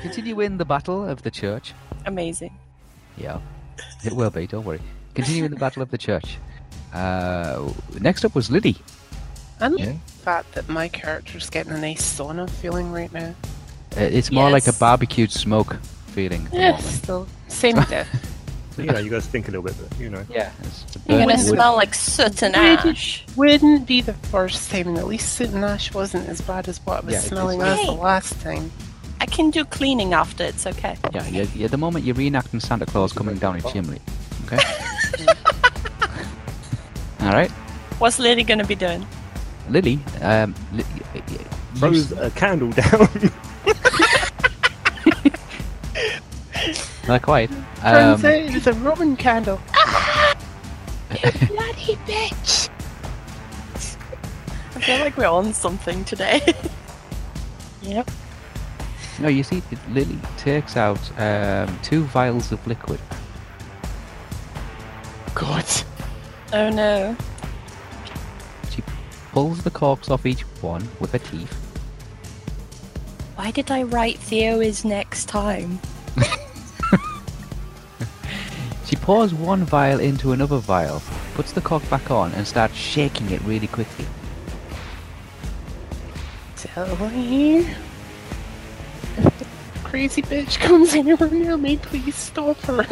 Continue in the battle of the church. Amazing. Yeah, it will be. Don't worry. Continue in the battle of the church. Uh, next up was Liddy. And Yeah. the fact that my character's getting a nice sauna feeling right now. Uh, It's more like a Yes. barbecued smoke feeling. at the Yeah, moment. still same death. You know, you guys think a little bit, but you know. Yeah. it's the You're gonna burnt wood. smell like soot and Where did- ash. Wouldn't be the first time, and at least soot and ash wasn't as bad as what I was Yeah, it- smelling it's- as the Hey. last time. I can do cleaning after. It's okay. Yeah, yeah, yeah, the moment you're reenacting Santa Claus coming down a chimney. Okay? Alright. What's Lily gonna be doing? Lily, um, li- y- y- Throws you- a candle down. not quite. Turns uh, Um, out it was a Roman candle. Bloody bitch! I feel like we're on something today. Yep. no, you see, it- Lily takes out um, two vials of liquid. God. Oh no. Pulls the corks off each one with her teeth. Why did I write Theo is next time? She pours one vial into another vial, puts the cork back on, and starts shaking it really quickly. Tell me. If the crazy bitch comes anywhere near me, please stop her.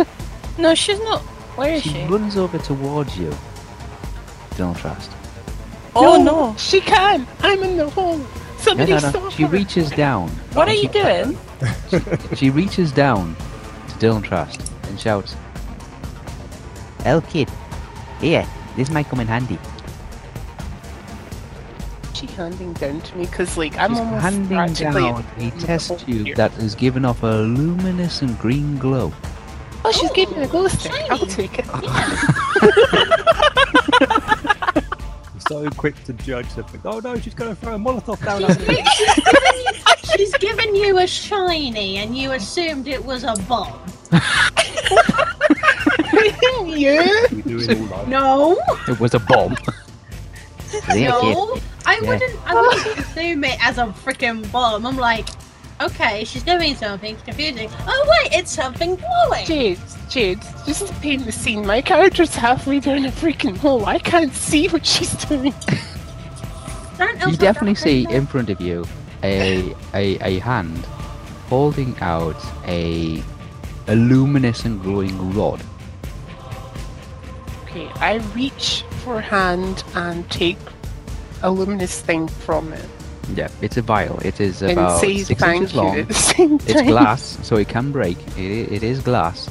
No, she's not. Where is She she? runs over towards you. Don't trust. Oh no! She can! I'm in the hole! No, Somebody no, no. stop She her! reaches down. What are and you she- doing? She reaches down to Dylan Trust and shouts, "El kid, here, this might come in handy." she handing down to me? Because, like, I'm She's almost handing practically down at the a end of the test hole tube here. that is giving off a luminescent green glow. Oh, she's giving me a glow stick. shiny. I'll take it. so quick to judge something. Oh no, she's going to throw a Molotov down. at me. She's given you a shiny, and you assumed it was a bomb. you? We do it all like No, It was a bomb. Here, no, kid. I Yeah. wouldn't. I wouldn't assume it as a freaking bomb. I'm like, okay, she's doing something confusing. Oh wait, it's something glowing. Jade, Jade, just to paint the scene, my character's halfway down a freaking hole. I can't see what she's doing. Don't You Elsa definitely Donovan see know? in front of you a a, a hand holding out a a luminescent glowing rod. Okay, I reach for hand and take a luminous thing from it Yeah, it's a vial. It is and about say six thank inches you long. at the same time. It's glass, so it can break. It, it is glass.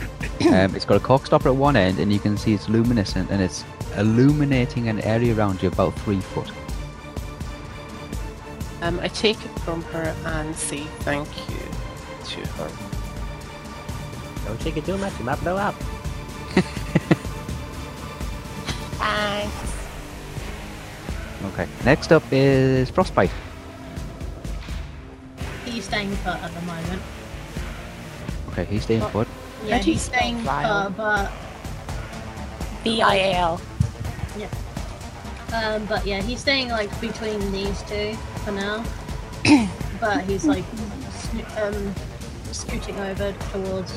Um, it's got a cork stopper at one end, and you can see it's luminescent, and it's illuminating an area around you about three foot. Um, I take it from her and say thank you to her. Don't shake it too much, you might blow up. Okay. Next up is frostbite. He's staying put at the moment. Okay, he's staying Oh. put. Yeah, do you he's spell staying vile? put, but V I A L. um, but yeah, he's staying like between these two for now. but he's like sno- um, scooting over towards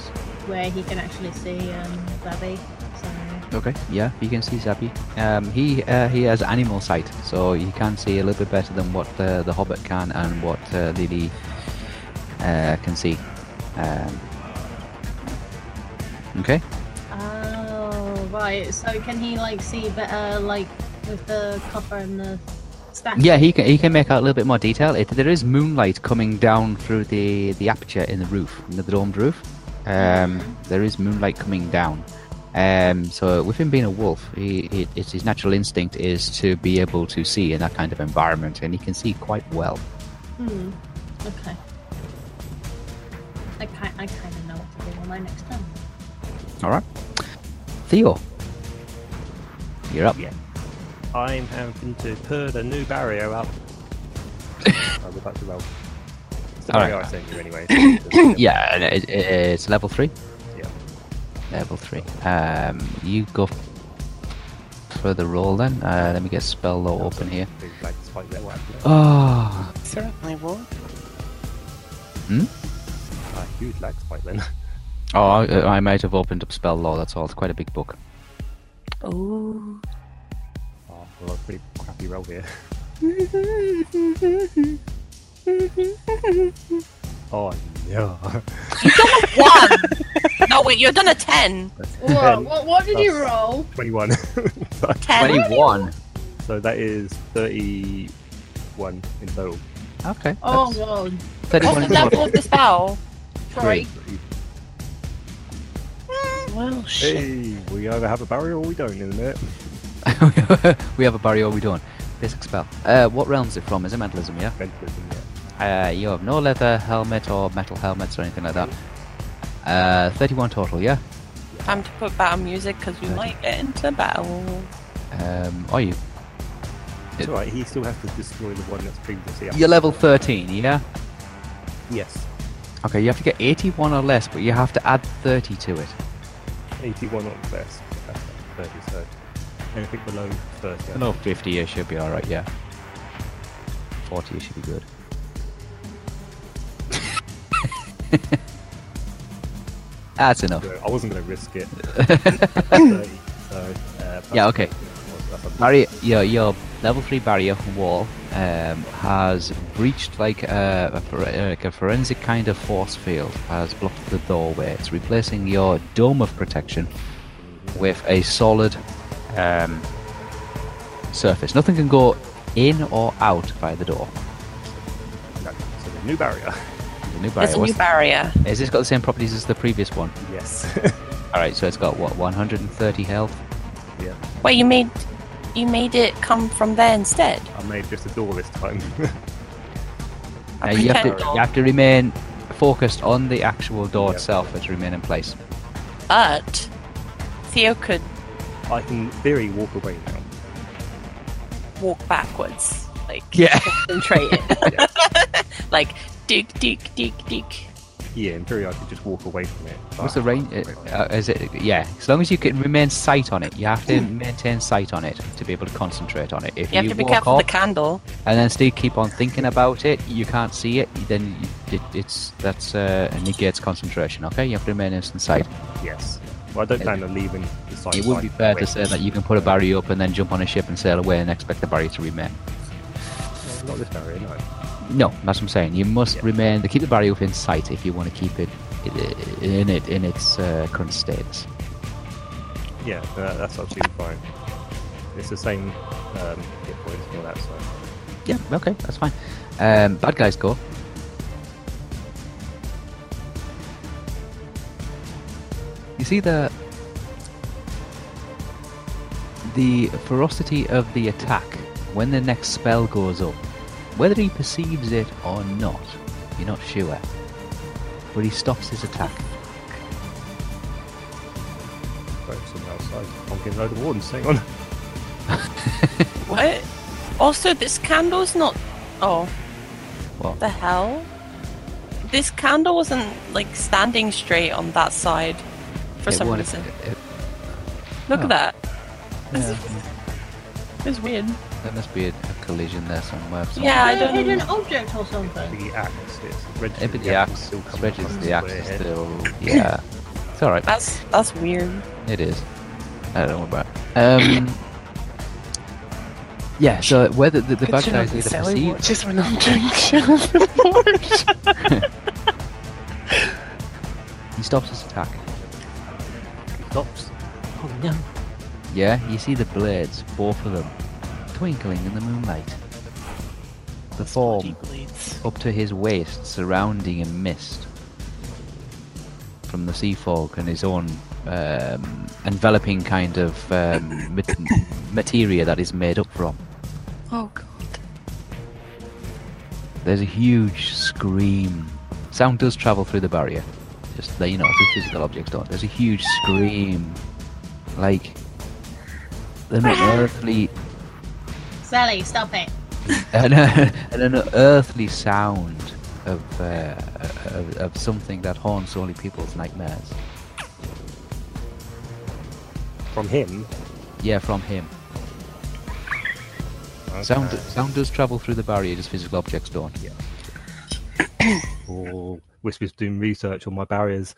where he can actually see um, Babby. So Okay, yeah, you can see Zappy. Um, he uh, he has animal sight, so he can see a little bit better than what uh, the, the Hobbit can and what uh, Lily uh, can see. Um, okay, oh right, so can he like see better like with the copper and the staff? yeah, he can he can make out a little bit more detail. It, there is moonlight coming down through the, the aperture in the roof, in the domed roof. Um, there is moonlight coming down. Um, so with him being a wolf, he, he, it's his natural instinct is to be able to see in that kind of environment, and he can see quite well. Hmm. Okay. I kind I kind of know what to do on my next turn. All right. Theo, you're up. Yeah. I'm having to put a new barrier up. I was about to roll. It's the All barrier right. I sent you anyway. so it doesn't- Yeah, and it, it- it's level three. Yeah. Level three. Um, you go f- for the roll then. Uh, let me get spell law open here. Big black spike there, what happened? Oh, Certainly will. A huge lag spike then. oh, I, I might have opened up spell law. That's all. It's quite a big book. Oh. Oh, well, a pretty crappy roll here. oh no! no, wait, you're done a 10. Whoa, what, what did you That's- roll? Twenty-one. 10. Twenty-one. so that is thirty-one in total. Okay. Oh, that's whoa. What's Thirty-one. the level of the spell? Sorry. Well, shit. Hey, we either have a barrier or we don't in a minute. we have a barrier. We don't. Basic spell. Uh, what realm's it from? Is it mentalism? Yeah. Mentalism, yeah. Uh, you have no leather helmet or metal helmets or anything like that. Uh, 31 total, yeah? Time to put battle music because we might get into battle. Um, are you? It's alright, he still has to destroy the one that's previously up. You're level 13, yeah? Yes. Okay, you have to get 81 or less, but you have to add 30 to it. 81 or less. That's like 30, so anything below 30. No, 50 you should be alright, yeah. 40 you should be good. That's enough. I wasn't going to risk it. 30, so, uh, plus- Yeah, okay. That's a- Barrier, your your level three barrier wall um, has breached like a, a, for- like a forensic kind of force field has blocked the doorway. It's replacing your dome of protection with a solid um, surface. Nothing can go in or out by the door. no, so the new barrier. The new barrier. There's a what's- new barrier. has this got the same properties as the previous one? Yes. All right, so it's got what 130 health. yeah, Wait, you made you made it come from there instead. I made just a door this time. Now A you have to pretend you have to remain focused on the actual door Yeah. itself and to remain in place. But Theo could I can, in theory, walk away now. walk backwards, like Yeah. concentrate it, Yeah. like dig, dig, dig, dig. yeah, in theory, I could just walk away from it. What's but- the range? Uh, is it? Yeah. As long as you can remain sight on it, you have to maintain sight on it to be able to concentrate on it. If Hmm. You have to be walk careful of off the candle. and then still keep on thinking about it, you can't see it. Then you, it, it's that's uh, negates concentration. Okay, you have to remain in sight. Yes. Well, I don't plan on leaving the site. It would be fair to Wait. say that you can put a barrier up and then jump on a ship and sail away and expect the barrier to remain. Well, Not this barrier, no. No, that's what I'm saying. You must Yeah. remain to keep the barrier within sight if you want to keep it i- in it in its uh, current states. Yeah, uh, that's absolutely fine. It's the same um, hit points and all that, so. Yeah, okay, that's fine. Um, bad guys go. You see the the ferocity of the attack when the next spell goes up. Whether he perceives it or not, you're not sure. But he stops his attack. Right, someone outside. I'm getting a load of warnings. Hang on. What? Also, this candle's not. Oh, What? the hell? this candle wasn't like standing straight on that side for It some won't- reason. it- it- Look oh. at that. yeah, It's weird. there must be a, a collision there somewhere. somewhere. Yeah, I a don't. hidden object or something. The axe, it's Yeah, registered. but the axe, still coming Reggie's up on the the axe is square head. still. Yeah, it's all right. That's that's weird. It is. I don't know about. it. Um. Yeah, so whether the, the bad Good guys job, either Sally perceive watches when I'm doing shit on the board. He stops his attack. Stops. Oh no. Yeah, you see the blades, both of them, twinkling in the moonlight. The form up to his waist surrounding a mist from the sea fog and his own um, enveloping kind of um, mat- materia that is made up from. Oh god. There's a huge scream. Sound does travel through the barrier. Just that you know, just physical objects don't. There's a huge scream, like an unearthly, Sally, stop it. an, an unearthly sound of, uh, of of something that haunts only people's nightmares. From him. Yeah, from him. Sound sound does travel through the barrier. Just physical objects don't. Yeah. Oh, Whisper's doing research on my barriers.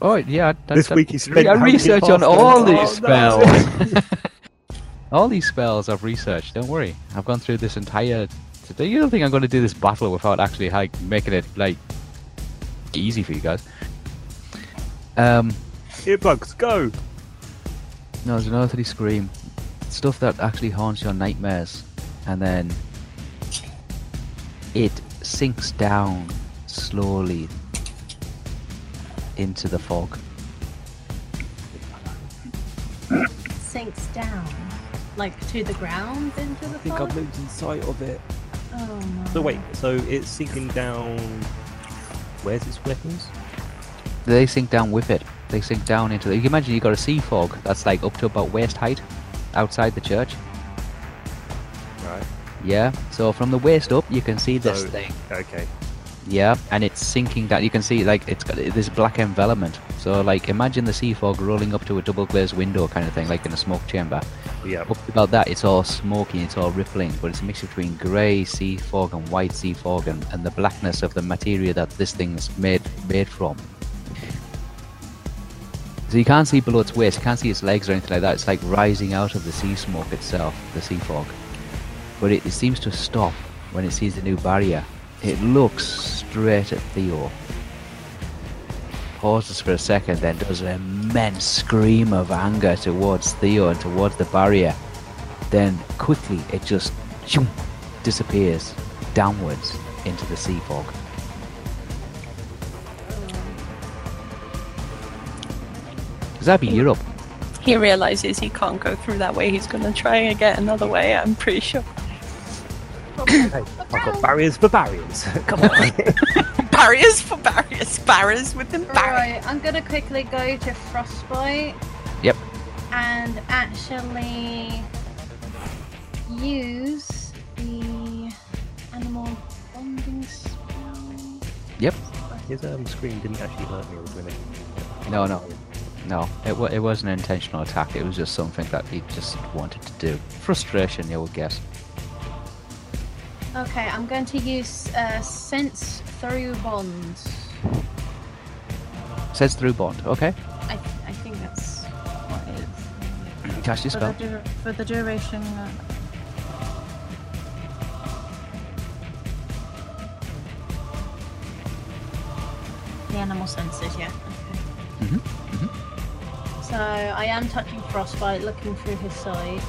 Oh yeah, I- I- This I- week he spent I how many research on passes? all Oh, these no. spells. all these spells I've researched. Don't worry, I've gone through this entire. Today, you don't think I'm going to do this battle without actually like making it like easy for you guys? Um, Earplugs, go! no, there's an earthly scream, stuff that actually haunts your nightmares, and then it sinks down slowly into the fog. Sinks down. Like to the ground into the I think fog? I've moved in sight of it. Oh no. So wait, so it's sinking down. Where's its weapons? they sink down with it. They sink down into the. You can imagine you've got a sea fog that's like up to about waist height outside the church. Right. Yeah. So from the waist up, you can see this So- thing. Okay. Yeah. And it's sinking down. You can see like it's got this black envelopment. So like imagine the sea fog rolling up to a double glazed window kind of thing, like in a smoke chamber. Yeah. Up about that, it's all smoky, it's all rippling, but it's a mixture between grey sea fog and white sea fog, and, and the blackness of the material that this thing's made made from. So you can't see below its waist, you can't see its legs or anything like that. It's like rising out of the sea smoke itself, the sea fog. But it, it seems to stop when it sees the new barrier. It looks straight at Theo. Pauses for a second, then does an immense scream of anger towards Theo and towards the barrier. Then quickly it just shoom, disappears downwards into the sea fog. Because that'd be Europe. He realizes he can't go through that way. He's gonna try and get another way. I'm pretty sure. Hey, I've got barriers for barriers. Come on. Barriers for barriers. Barriers within barriers. Right, I'm gonna quickly go to Frostbite Yep. and actually use the animal bonding spell. Yep. His um, scream didn't actually hurt me, was it? No, no. No, it, wa it was an intentional attack. It was just something that he just wanted to do. Frustration, you would guess. Okay, I'm going to use uh, sense through bonds. Says through bond. Okay. I, I think that's what it is. Cast your For the, spell. du- for the duration. Uh, the animal senses, yeah. Okay. Mhm, So I am touching frostbite, looking through his side.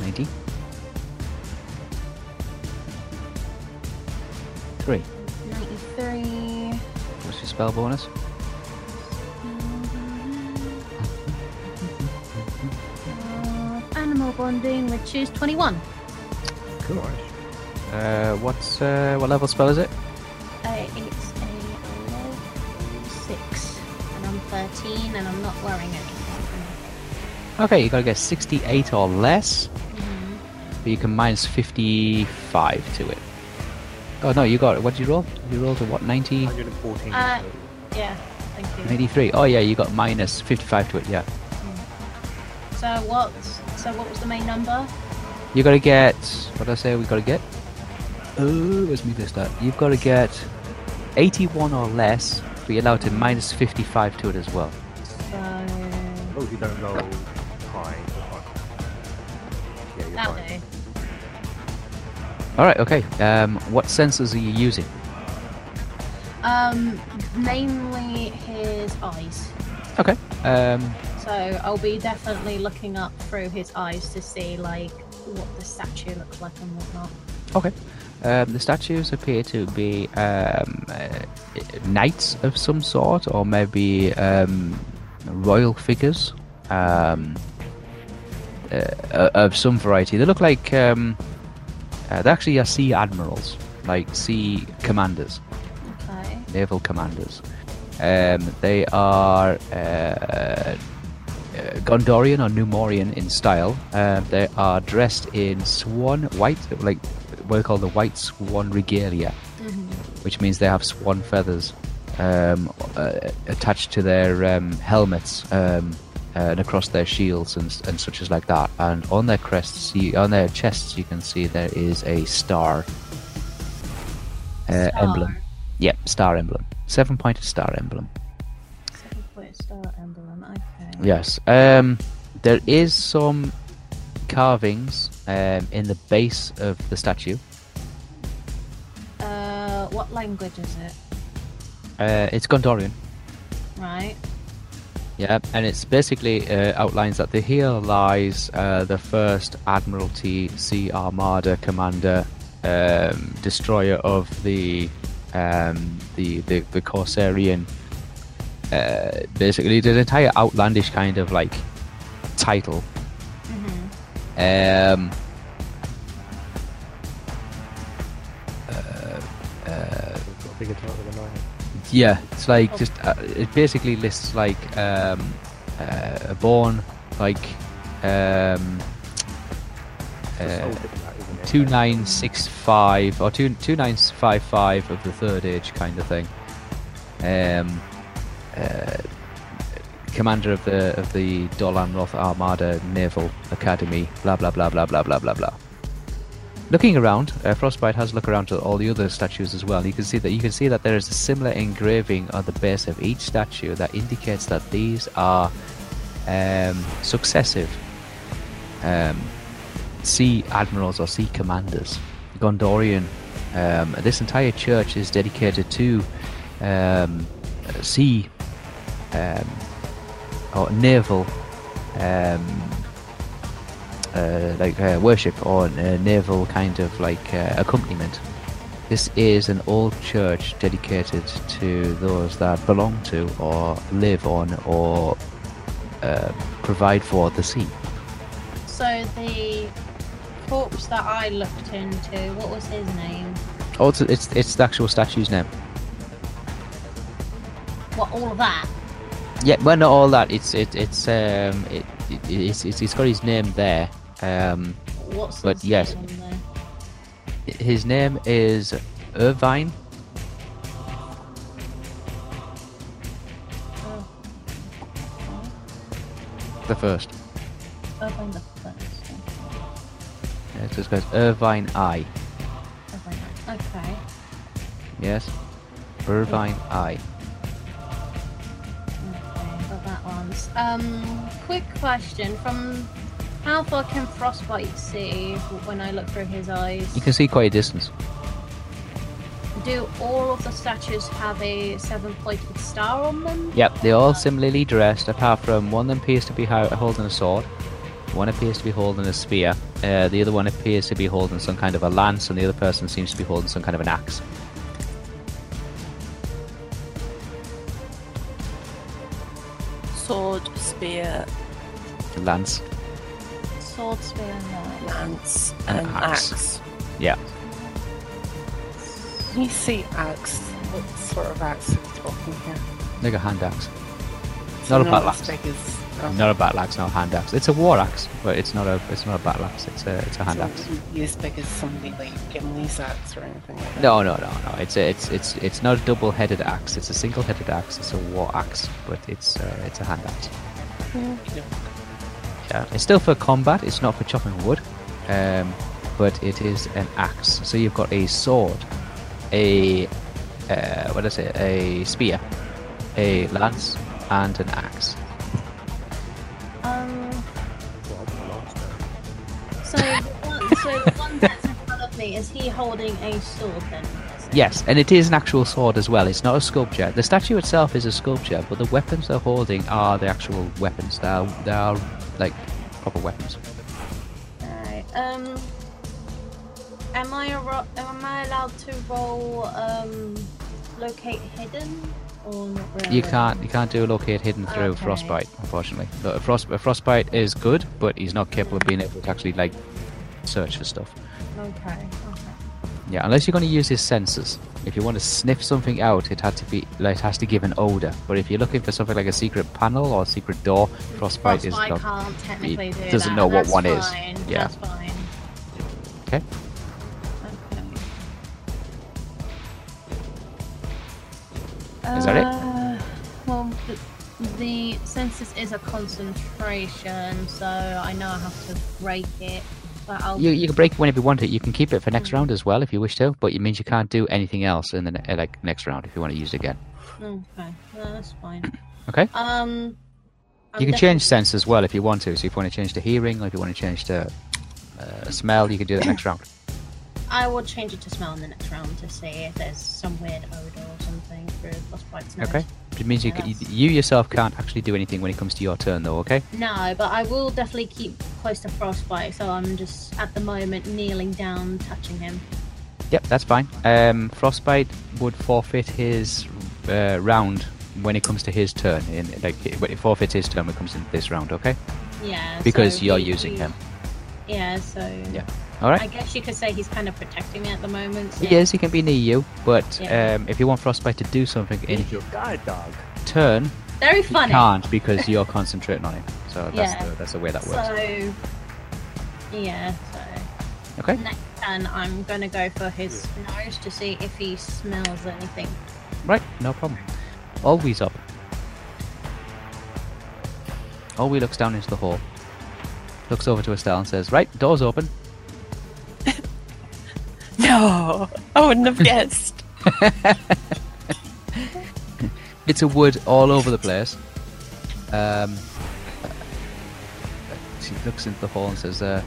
90. Three. 93. What's your spell bonus? Uh, animal bonding, which is 21. Come on. Uh, what's uh, what level spell is it? Uh, it's a level 6. oh, And I'm 13 and I'm not wearing it. Okay, you gotta get 68 or less. but you can minus 55 to it. Oh no, you got it. What did you roll? You rolled a what? 90, 114. Uh, yeah, thank you. 93. Oh yeah, you got minus 55 to it. Yeah, So what? So what was the main number? you got to get. What did I say? We got to get. Oh, it's me this time. You've got to get 81 or less, but you're allowed to minus 55 to it as well. So Oh, you don't roll high. you're fine. Yeah, you're that'll fine. do. All right. Okay. Um, what sensors are you using? Um, mainly his eyes. Okay. Um, So I'll be definitely looking up through his eyes to see like what the statue looks like and whatnot. Okay. Um, the statues appear to be um, uh, knights of some sort, or maybe um, royal figures um, uh, of some variety. They look like um, uh, they actually are sea admirals, like sea commanders, Okay. naval commanders. Um, they are uh, uh, Gondorian or Numorian in style. Uh, they are dressed in swan white, like what are called the white swan regalia, Mm-hmm. which means they have swan feathers um, uh, attached to their um, helmets um, and across their shields and, and such as like that. And on their crests, you, on their chests, you can see there is a star, uh, Star. emblem. Yep, star emblem. Seven-pointed star emblem. Seven point star emblem. Okay. Yes. Um, there is some carvings um, in the base of the statue. Uh, what language is it? Uh, it's Gondorian. Right. Yeah, and it's basically uh, outlines that the here lies uh, the first Admiralty Sea Armada commander, um, destroyer of the um, the the, the Corsarian. Uh, basically, there's an entire outlandish kind of like title. Um, You've got a bigger title than I have. Yeah, it's like just uh, it basically lists like um, uh, born like um, It's uh, older than that, isn't it? two nine six five or two two nine five five of the third age kind of thing. Um, uh, commander of the of the Dolan Roth Armada Naval Academy. Blah blah blah blah blah blah blah blah. Looking around, uh, Frostbite has a look around to all the other statues as well. You can see that you can see that there is a similar engraving on the base of each statue that indicates that these are um, successive um, sea admirals or sea commanders. Gondorian. Um, this entire church is dedicated to um, sea um, or naval um, uh, like uh, worship or uh, naval kind of like uh, accompaniment. This is an old church dedicated to those that belong to or live on or uh, provide for the sea. So the corpse that I looked into, what was his name? Oh, it's, it's, it's the actual statue's name. What all of that? Yeah, well, not all that. It's it, it's um it, it it's, it's it's got his name there. Um, What's But his yes. name on there? his name is Irvine. Oh, The first. I'll find the first one. Yeah, so it's got Irvine I. I'll find that. Okay. Yes, Irvine I. Okay, got that one's. Um, quick question from how far can Frostbite see when I look through his eyes? You can see quite a distance. Do all of the statues have a seven pointed star on them? Yep, they're all similarly dressed, apart from one that appears to be ho- holding a sword, one appears to be holding a spear, uh, the other one appears to be holding some kind of a lance, and the other person seems to be holding some kind of an axe. Sword, spear, Lance. Sword, spear, and knife. lance, and axe. axe. Yeah. Can you see axe? What sort of axe are we talking here? Like a hand axe. Not a Another battle axe. spec is- oh, Not a battle axe, not a hand axe. It's a war axe, but it's not a it's not a battle axe. It's a it's a hand so axe. Your spec is something like Gimli's axe or anything like that. No, no, no, no. It's a, it's it's it's not a double-headed axe. It's a single-headed axe. It's a war axe, but it's uh, it's a hand axe. No. Yeah. It's still for combat. It's not for chopping wood, um, but it is an axe. So you've got a sword, a uh, what is it? A spear, a lance, and an axe. Um, Well, so, the one, so the one that's in front of me, is he holding a sword then? Yes, and it is an actual sword as well. It's not a sculpture. The statue itself is a sculpture, but the weapons they're holding are the actual weapons. They are, they are like proper weapons. Alright, um... Am I, a ro- am I allowed to roll, um, locate hidden? Or not really? You can't you can't do locate hidden through Okay. frostbite, unfortunately. But a, frost, a frostbite is good, but he's not capable of being able to actually like search for stuff. Okay, okay. Yeah, unless you're going to use his senses. If you want to sniff something out, it had to be like, it has to give an odor. But if you're looking for something like a secret panel or a secret door, frostbite, is Frostbite not. can't technically do doesn't that, know and what that's one is. fine, Yeah. That's fine. Okay. Okay. Is that it? Uh, Well, the, the census is a concentration, so I know I have to break it, but I'll. You, you can break whenever you want it. You can keep it for next round as well if you wish to, but it means you can't do anything else in the ne- uh, like next round if you want to use it again. Oh, Okay, no, that's fine. Okay. Um. I'm you can defi- change sense as well if you want to. So if you want to change to hearing, or if you want to change to uh, smell, you can do that next round. I will change it to smell in the next round to see if there's some weird odor or something for frostbite smells. Okay. It means you, Yeah, can, you, that's- you yourself can't actually do anything when it comes to your turn, though. Okay. No, but I will definitely keep close to frostbite, so I'm just at the moment kneeling down, touching him. Yep, that's fine. Um, Frostbite would forfeit his uh, round when it comes to his turn. In like, when it forfeits his turn when it comes to this round. Okay. Yeah. Because so you're he- using he- him. Yeah. So. Yeah. All right. I guess you could say he's kind of protecting me at the moment. so- He is, he can be near you, but Yeah. um, if you want Frostbite to do something in Eat your guy dog. turn, Very he funny. can't because you're concentrating on him. So that's, Yeah. the, that's the way that works. So. Yeah. So okay? next turn, I'm gonna go for his nose to see if he smells anything. Right, no problem. Always up. Olwe looks down into the hall, looks over to Estelle and says, Right, door's open. No, I wouldn't have guessed. Bits of wood all over the place. Um, she looks into the hall and says, uh,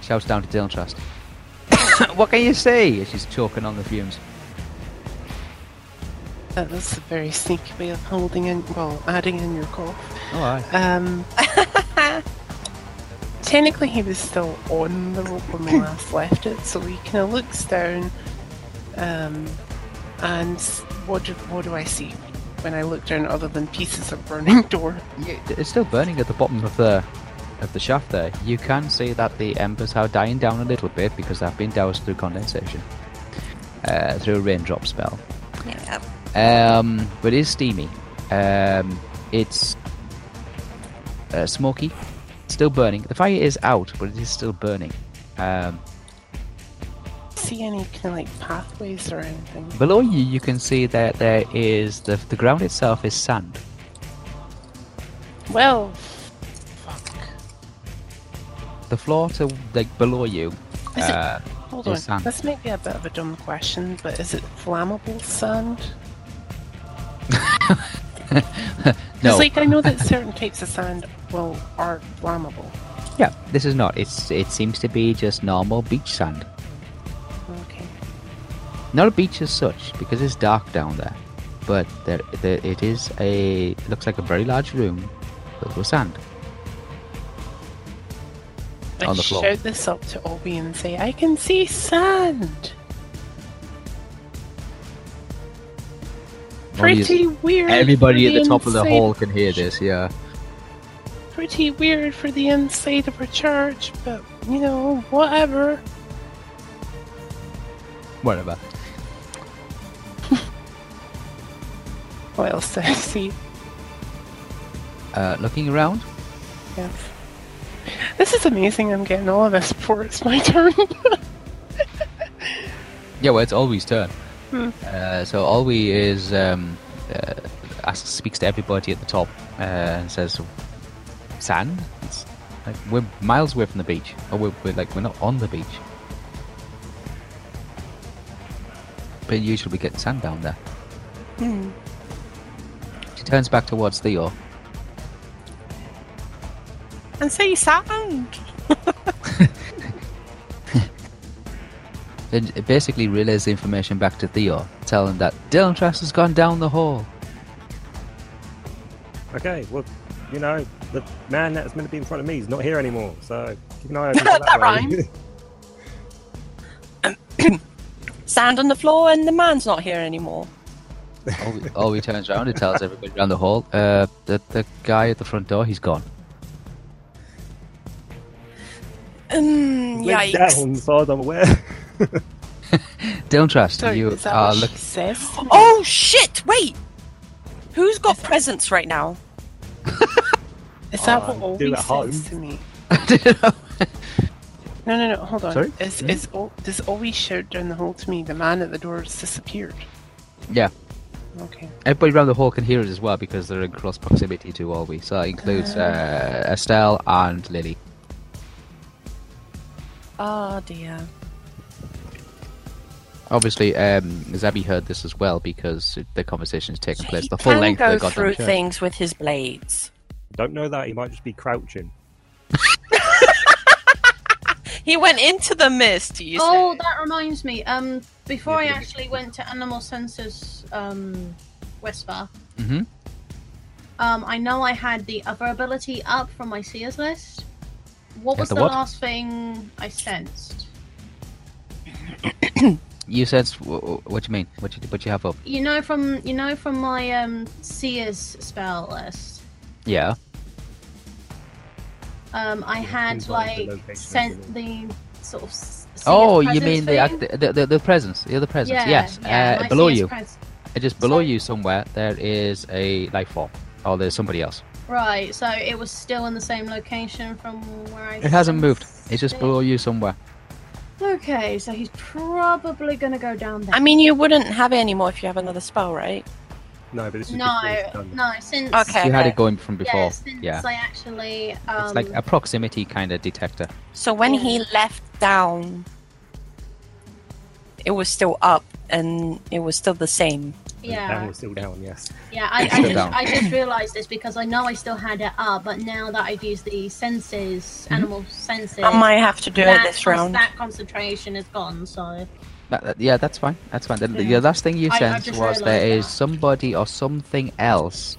shouts down to Dylan Trust. what can you say? And She's choking on the fumes. That was a very sneaky way of holding in, well, adding in your cough. Oh, aye. Um, technically, he was still on the rope when we last left it, so he kind of looks down. Um, and what do, what do I see when I look down other than pieces of burning door? Yeah, It's still burning at the bottom of the of the shaft there. You can see that the embers are dying down a little bit because they've been doused through condensation. Uh, through a raindrop spell. Yeah. Um, but it is steamy. Um, it's uh, smoky. Still burning. The fire is out, but it is still burning. Um, See any kind of like pathways or anything? below you, you can see that there is the the ground itself is sand. Well, fuck. The floor to like below you. Is it- Uh, Hold Or on. sand. This may be a bit of a dumb question, but is it flammable sand? no. Because like I know that certain types of sand well are flammable. Yeah, this is not. It's it seems to be just normal beach sand. Okay. Not a beach as such because it's dark down there, but there, there it is a it looks like a very large room filled with sand. I On the floor. shout this up to Obi and say, I can see sand. Pretty weird. Everybody for at the top of the inside- hall can hear this. Yeah, Pretty weird for the inside of a church, but you know, whatever. whatever. What else did I see? Uh, looking around, Yes. This is amazing. I'm getting all of this before it's my turn. Yeah, well, it's Alwi's turn. Hmm. Uh, so Alwi is um, uh, asks, speaks to everybody at the top uh, and says, "Sand? It's, like, we're miles away from the beach. Or we're, we're like we're not on the beach, but you should be getting sand down there." Hmm. She turns back towards Theo. and say sound. Then it basically relays the information back to Theo, telling that Dylan Trask has gone down the hall. Okay, well, you know, the man that's meant to be in front of me is not here anymore, so keep an eye open for that way. rhymes. Sand on the floor and the man's not here anymore. Alwi, Alwi turns around and tells everybody around the hall uh, that the guy at the front door he's gone. Um, Went yikes. down, as far as I'm aware. Dylan Trask, Sorry, you is that are what look, she says? Oh shit, wait! Who's got presents right now? Is that Oh, what I Ollie do says at home. to me? No, no, no. Hold on. Sorry? Is Hmm? is Ol- does Ollie shout down the hall to me? The man at the door has disappeared. Yeah, Okay. everybody around the hall can hear it as well because they're in close proximity to Olby. So that includes uh, Estelle and Lily. Oh dear. Obviously, um, Zabby heard this as well because the conversation is taking place he the full can length go of the goddamn through show. things with his blades. Don't know that, he might just be crouching. He went into the mist, you Oh, say? that reminds me. Um, before I Yeah. actually went to Animal Census um, West Bar, Mhm. um, I know I had the other ability up from my Seers list. What Yeah, was the the, what? last thing I sensed? You sense wh- wh- what you mean? What you what you have up? You know from you know from my um, Seers spell list. Yeah. Um, I had things like the like location of sent the sort of. s- Seer's oh, you presence mean the, thing? act- the the the presence? Yeah, the presence. Yeah, yes. yeah, uh, my below Seer's you, pres- Uh, just below Sorry? you somewhere, there is a life form. Or there's somebody else. Right, so it was still in the same location from where I. It hasn't moved. It's just sensed below you somewhere. Okay, so he's probably gonna go down there. I mean, you wouldn't have it anymore if you have another spell, right? No, but this is no, before it's done. no, since Okay. You had it going from before. yeah, since Yeah. I actually um, it's like a proximity kind of detector. So when he left down, it was still up and it was still the same. Down, yeah, we're still down, yes. yeah. I, It's I still just down. I just realised this because I know I still had it up, but now that I've used the senses, Mm-hmm. animal senses, I might have to do it that this con- round. That concentration is gone, so That- that- yeah, that's fine. That's fine. The, the- Yeah. the last thing you I- I sensed just was there realised is that. somebody or something else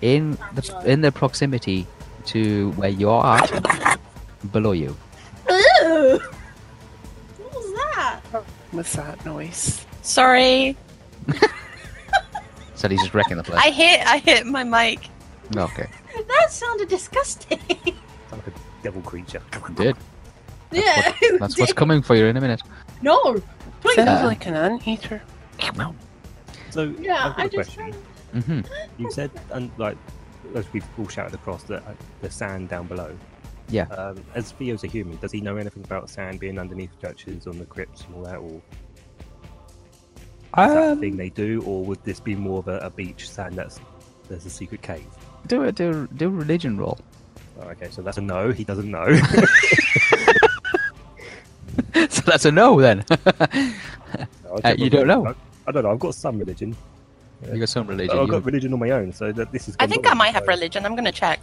in the in the proximity to where you're at, below you. Ooh! What was that? What's that noise? Sorry, So he's just wrecking the place. I hit I hit my mic. Okay, That sounded disgusting. It's like a devil creature. dude, yeah. that's what's coming for you in a minute. No. Please. Sounds Uh, like an anteater. So, yeah, I've got I a just. question. hmm You said, and like, as we've all shouted across, the, the sand down below. Yeah. Um, as Theo's a human, does he know anything about sand being underneath churches on the crypts and all that, or is Um, that a thing they do, or would this be more of a, a beach sand that's there's a secret cave? do it. Do do a religion roll. Oh, okay, so that's a no. He doesn't know. so that's a no then. Uh, you don't know. I don't know. I've got some religion. you got some religion. But I've you- Oh, got religion on my own, so that this is. I think I Gondorian, might have so religion. I'm gonna check.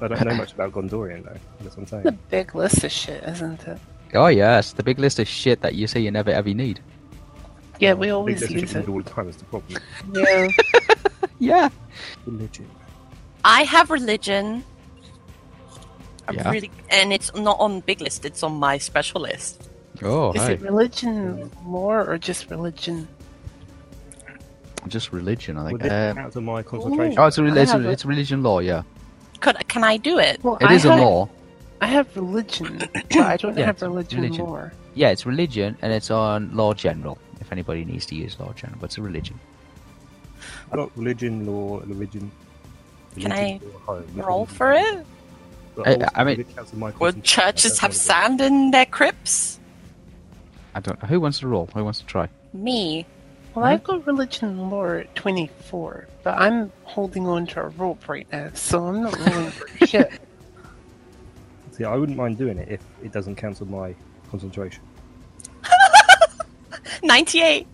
I don't know much about Gondorian though. That's what I'm The saying. big list of shit, isn't it? Oh yes, the big list of shit that you say you never ever need. Yeah, we Um, I always think use religion it. all the time. Is the problem. Yeah. Yeah. Religion. I have religion. I'm Yeah. really, and it's not on big list. It's on my special list. Oh, Is hi. it religion lore or just religion? Just religion, I Would think. this Um, count as my concentration? oh, it's, a, I it's, have a, a- it's religion law. Yeah, Could can I do it? Well, it I is have, a law. I have religion, but I don't Yeah, have it's a religion, religion. lore. Yeah, it's religion, and it's on law general. If anybody needs to use law general, but it's a religion. I've got religion, law, religion. We Can need to I go home. We Roll can- for it? but Uh, I- also I mean- the council might Will concentrate on churches that have rather than- sand in their crypts? I don't know. Who wants to roll? Who wants to try? Me. Well, I've got religion and lore at 24, but I'm holding on to a rope right now, so I'm not rolling for shit. See, I wouldn't mind doing it if it doesn't cancel my concentration. 98.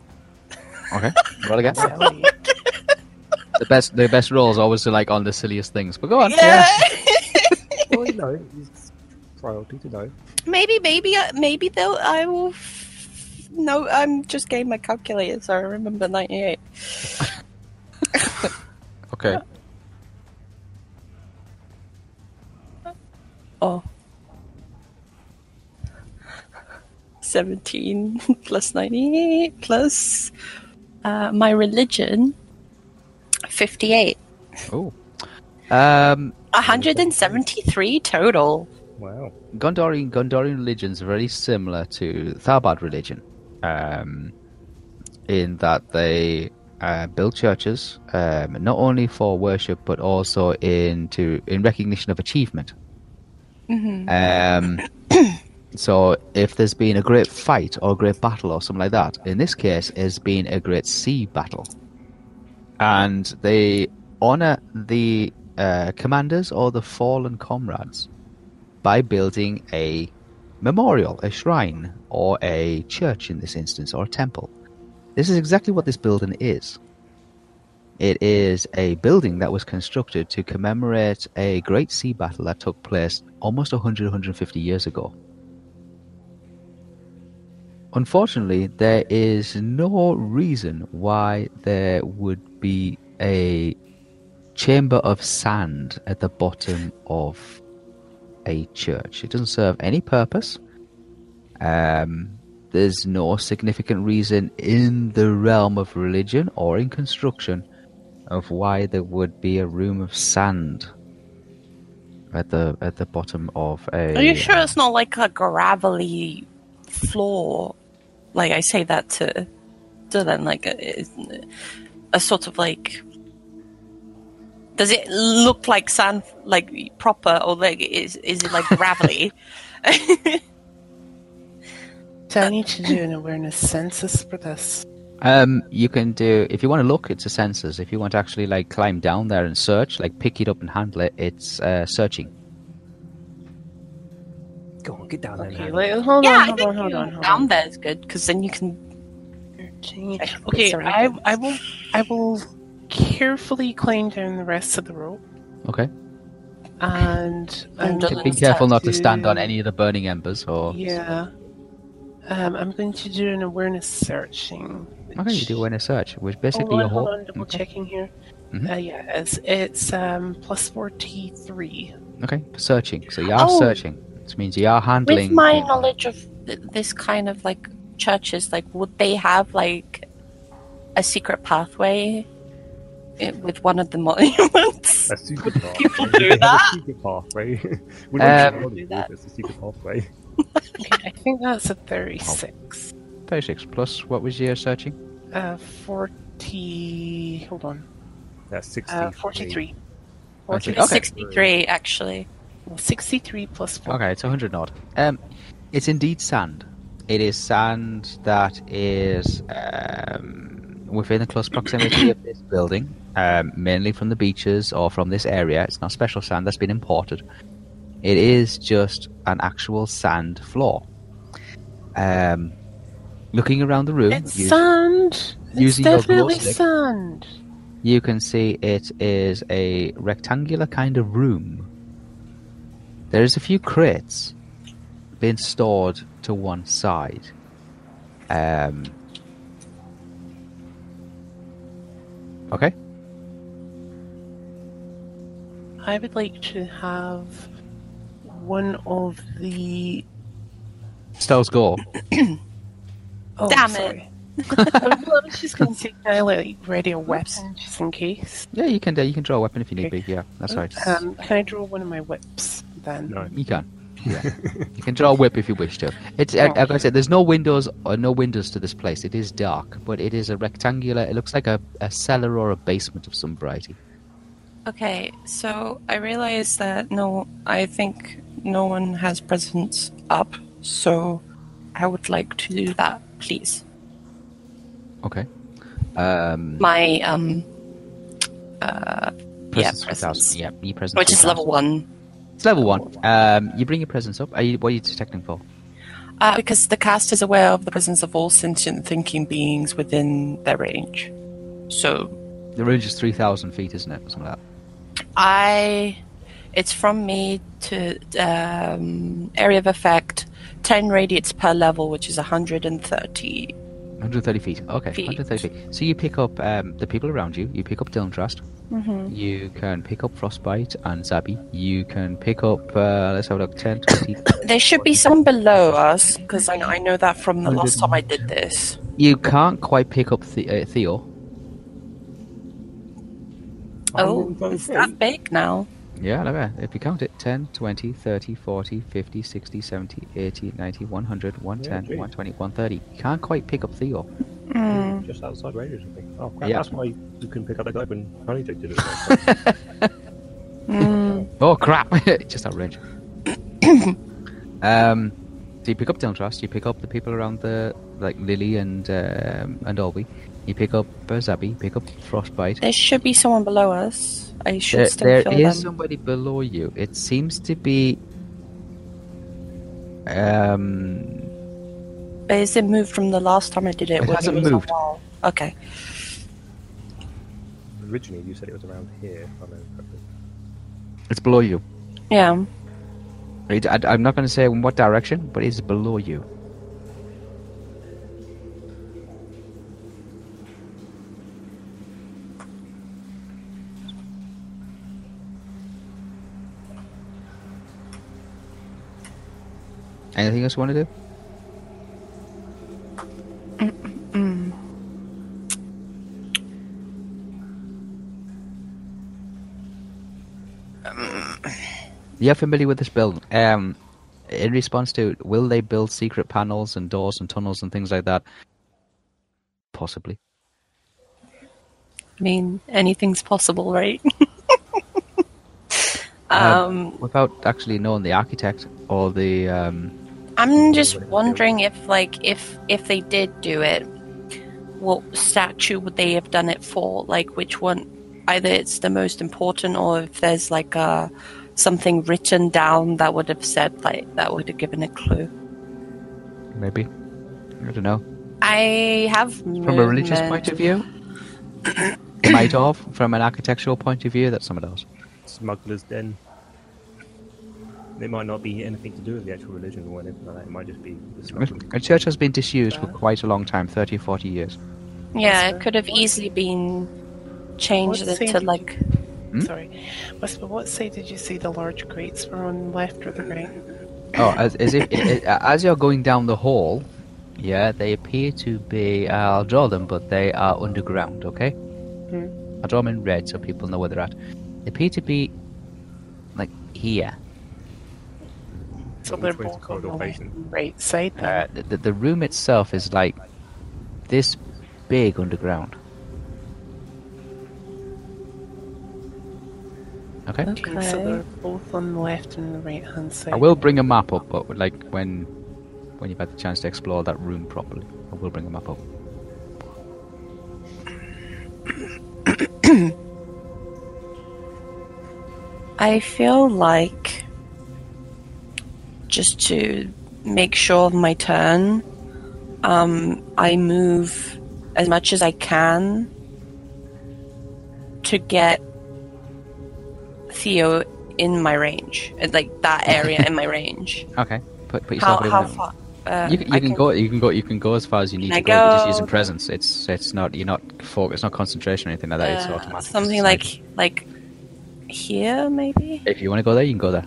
Okay, roll again. Really. the best, the best rolls always are like on the silliest things. But go on. Yeah. well, you know, it's priority to know. maybe, maybe, uh, maybe they'll. I will. F- no, I'm just getting my calculator, so I remember 98. Okay. Oh. 17 plus 98 plus uh, my religion 58 Oh. Um, 173 total Wow. Gondorian Gondorian religion is very similar to Thalbad religion, um, in that they uh, build churches um, not only for worship but also in to in recognition of achievement. Um, so if there's been a great fight or a great battle or something like that, in this case, it's been a great sea battle, and they honor the uh, commanders or the fallen comrades by building a memorial, a shrine, or a church in this instance, or a temple. This is exactly what this building is. It is a building that was constructed to commemorate a great sea battle that took place almost 100, 150 years ago. Unfortunately, there is no reason why there would be a chamber of sand at the bottom of a church. It doesn't serve any purpose. Um, there's no significant reason in the realm of religion or in construction of why there would be a room of sand at the at the bottom of a. Are you sure it's not like a gravelly floor? Like I say that to Dylan, like a, a sort of like. Does it look like sand, like proper, or like is is it like gravelly? So I need to do an awareness census for this. Um, you can do if you want to look. It's a census. If you want to actually like climb down there and search, like pick it up and handle it, it's uh, searching. Go on, get down there, Okay, man. like, hold yeah, on, I hold think on, hold on, hold down on. there is good because then you can. Okay, Sorry. I, I will, I will carefully climb down the rest of the rope, Okay. and I'm Just going Be Let's careful not to do- stand on any of the burning embers or. Yeah, um, I'm going to do an awareness searching. Okay, you do which- when a search, which Hold basically on, your whole. Oh, hold on, double okay. checking here. Mhm. Uh, yeah, it's, it's um, plus forty three. Okay, for searching. So you are Oh. searching. This means you are handling. With my knowledge of th- this kind of like churches, like would they have like a secret pathway eh, with one of the monuments? A secret path. people right? do They have that? A secret path, right? we Um, don't do that. It's a secret pathway. Okay, I think that's a thirty six. 36 plus, what was your searching? Uh, forty. Hold on. That's 60. Uh, forty three. Okay. It's 63 actually Well, 63 plus 4. Okay, it's 100 odd. Um, it's indeed sand. It is sand that is um, within the close proximity of this building, um, mainly from the beaches or from this area. It's not special sand that's been imported. It is just an actual sand floor. Um, looking around the room, It's you- sand! It's using your glow definitely stick. sand! you can see it is a rectangular kind of room. There is a few crates being stored to one side. Um. Okay. I would like to have one of the. Stella's go. Oh, Damn it. sorry. well, I was just going to say, can I like, ready a weapon just in case? Yeah, you can. Uh, you can draw a weapon if you need be. Yeah, that's right. Um, can I draw one of my whips then? No. You can. Yeah. you can draw a whip if you wish to. It's uh, like I said. There's no windows or no windows to this place. It is dark, but it is a rectangular. It looks like a, a cellar or a basement of some variety. Okay, so I realize that no, I think no one has presents up, so I would like to do that, please. Okay. Um, My um, presence presence. 3000. Yeah, me presence. which is 3000. level one, It's level one. Um, you bring your presence up. Are you, what are you detecting for? uh, because the cast is aware of the presence of all sentient thinking beings within their range. So The range is 3,000 feet, isn't it? Something like that. I, it's from me to um, area of effect, ten radiates per level, which is hundred and thirty. 130 feet. Okay, Feet. 130 feet. So you pick up um, the people around you. You pick up Dylan Trust. You can pick up Frostbite and Zabi. You can pick up, uh, let's have a look, 10, 20. There should be someone below us because I, I know that from the last time I did this. you can't quite pick up the- uh, Theo. Oh, it's that big now. Yeah, look at that. If you count it, 10, 20, 30, 40, 50, 60, 70, 80, 90, 100, 110, geez. 120, 130. You can't quite pick up Theo. Mm. Just outside range or something. Oh, crap. Yeah. That's why you couldn't pick up that guy when Honeydew did it. Oh crap! Just outrage. um, so you pick up Dylan Trust. You pick up the people around the like Lily and um, and Orby. You pick up uh, Zabi. Pick up Frostbite. There should be someone below us. I should There- still there feel is them. somebody below you. It seems to be. Um, But is it moved from the last time I did it? It when hasn't was a moved. wall? Okay. Originally, you said it was around here. I know. it's below you. Yeah. It, I, I'm not going to say in what direction, but it's below you. Anything else you want to do? You're familiar with this build. Um, in response to, will they build secret panels and doors and tunnels and things like that? Possibly. I mean, anything's possible, right? Um, without actually knowing the architect or the um, I'm just wondering if, like, if if they did do it, what statue would they have done it for? Like, which one? Either it's the most important, or if there's like a something written down that would have said like that would have given a clue. maybe I don't know I have from a religious point of view. might have from an architectural point of view. That's someone else. Smuggler's Den. It might not be anything to do with the actual religion or anything like that. It might just be the smuggling. A church has been disused for quite a long time 30 40 years. Yeah, it could have easily been changed What's into saying- like Sorry. Whisper, what side did you say the large crates were on, left or the right? Oh, as, as if i- i- as you're going down the hall, yeah, they appear to be. uh, I'll draw them, but they are underground. Okay, I'll draw them in red so people know where they're at. They appear to be like here. So they're both Which way is the on the corridor left facing? and right side. then. Uh, the, the room itself is like this big underground. Okay. Okay, so Okay. they're both on the left and the right hand side. I will bring a map up, but like when when you've had the chance to explore that room properly, I will bring a map up. I feel like just to make sure of my turn, um, I move as much as I can to get Theo in my range, uh, like that area in my range. Okay. Put, put How, yourself in how that. far? Uh, You, c- you I can, go. You can go. You can go as far as you need Can to I go. You're just go? using presence. It's it's not. You're not focus. It's not concentration or anything like that. it's uh, automatic. It's something like- like like here, maybe. if you want to go there, you can go there.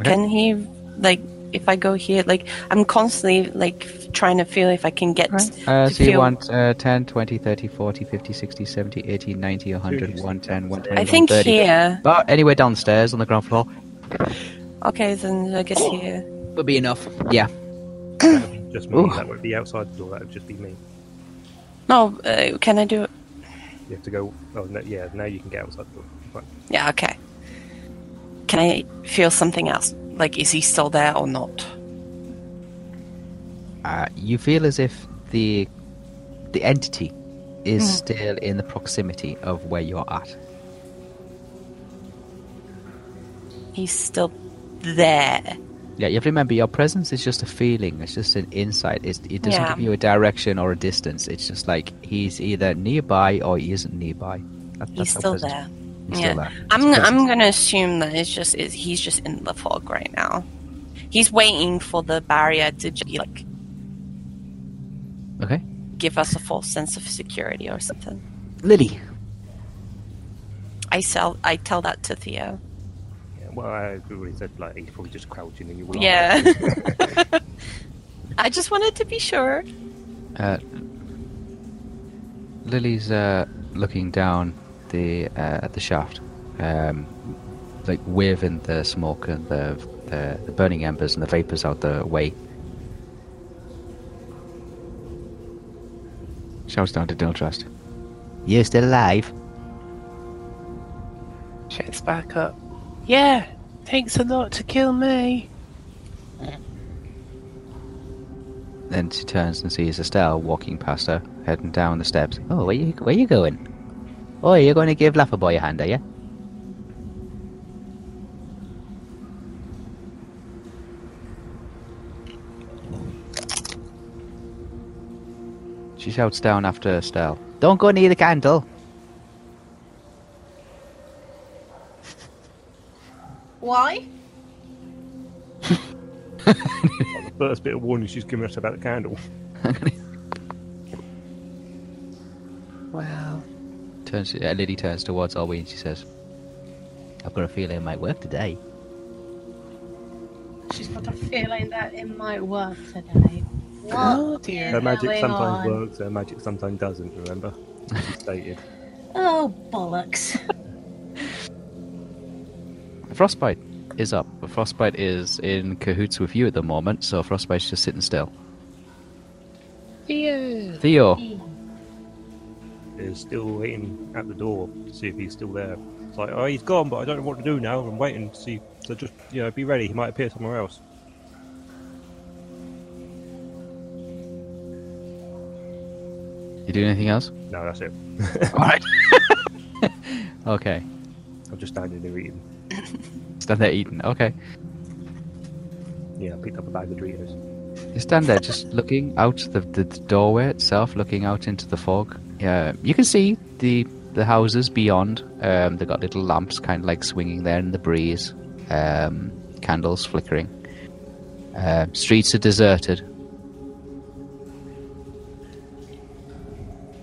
Okay. Can he like if I go here like I'm constantly like f- trying to feel if I can get Uh, to so you feel- want uh, 10, 20, 30, 40, 50, 60, 70, 80, 90, 100, 110, 120, I think 130. here. But anywhere downstairs on the ground floor Okay, then I guess here. would be enough. Yeah. Just Ooh. me. That would be outside the door. That would just be me. No, uh, can I do You have to go. Oh, no, yeah. Now you can get outside the door. Right. Yeah, okay. Can I feel something else? Like, is he still there or not? Uh, you feel as if the the entity is Hmm. still in the proximity of where you're at. He's still there. Yeah, you have to remember your presence is just a feeling. It's just an insight. It's, it doesn't Yeah. give you a direction or a distance. It's just like he's either nearby or he isn't nearby. That- He's how still present- there. He's Yeah. still there. I'm It's gonna, I'm present. gonna assume that it's just it's, he's just in the fog right now. He's waiting for the barrier to j- like Okay, give us a false sense of security or something. Lily. I sell. I tell that to Theo. Yeah, well, I already said like he's probably just crouching in your arm. Yeah. I just wanted to be sure. Uh, Lily's uh, looking down the uh, at the shaft, um, like waving the smoke and the, the the burning embers and the vapors out the way. Shouts down to Diltrust. You're still alive. Shouts back up. Yeah, takes a lot to kill me. Then she turns and sees Estelle walking past her, heading down the steps. Oh, where you where you going? Oh, you're going to give Boy a hand, are you? She shouts down after Estelle. Don't go near the candle. Why? The first bit of warning she's given us about the candle. Well, Turns. Uh, Lily turns towards Ollie and she says, "I've got a feeling it might work today." She's got a feeling that it might work today. What Oh, dear. is Her magic going sometimes on? works, her magic sometimes doesn't, remember? Stated. Oh, bollocks. Frostbite is up, but Frostbite is in cahoots with you at the moment, so Frostbite's just sitting still. Theo. Theo, Is still waiting at the door to see if he's still there. It's like, oh, he's gone, but I don't know what to do now. I'm waiting to see. So just, you know, be ready. He might appear somewhere else. you doing anything else? No, that's it. Alright. okay. I'm just standing there eating. Stand there eating. Okay. Yeah, I picked up a bag of Doritos. You stand there just looking out the, the, the doorway itself, looking out into the fog. Yeah, you can see the the houses beyond. Um, they've got little lamps kind of like swinging there in the breeze, um, candles flickering. Uh, streets are deserted.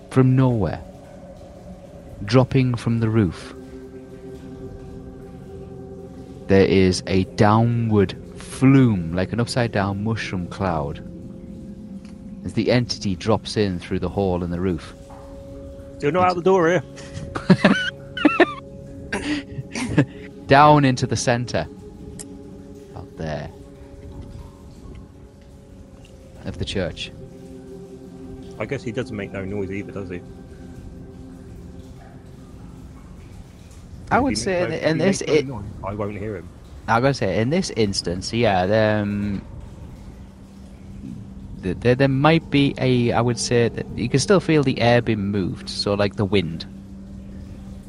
From nowhere, dropping from the roof, there is a downward flume, like an upside down mushroom cloud, as the entity drops in through the hole in the roof. You're not out the door here. Down into the center. Out there. Of the church. I guess he doesn't make no noise either, does he? I If would he say makes no- that- if he and makes this no it- noise, I won't hear him. I gotta say, in this instance, yeah, there, um, th- there, there might be a. I would say that you can still feel the air being moved, so like the wind.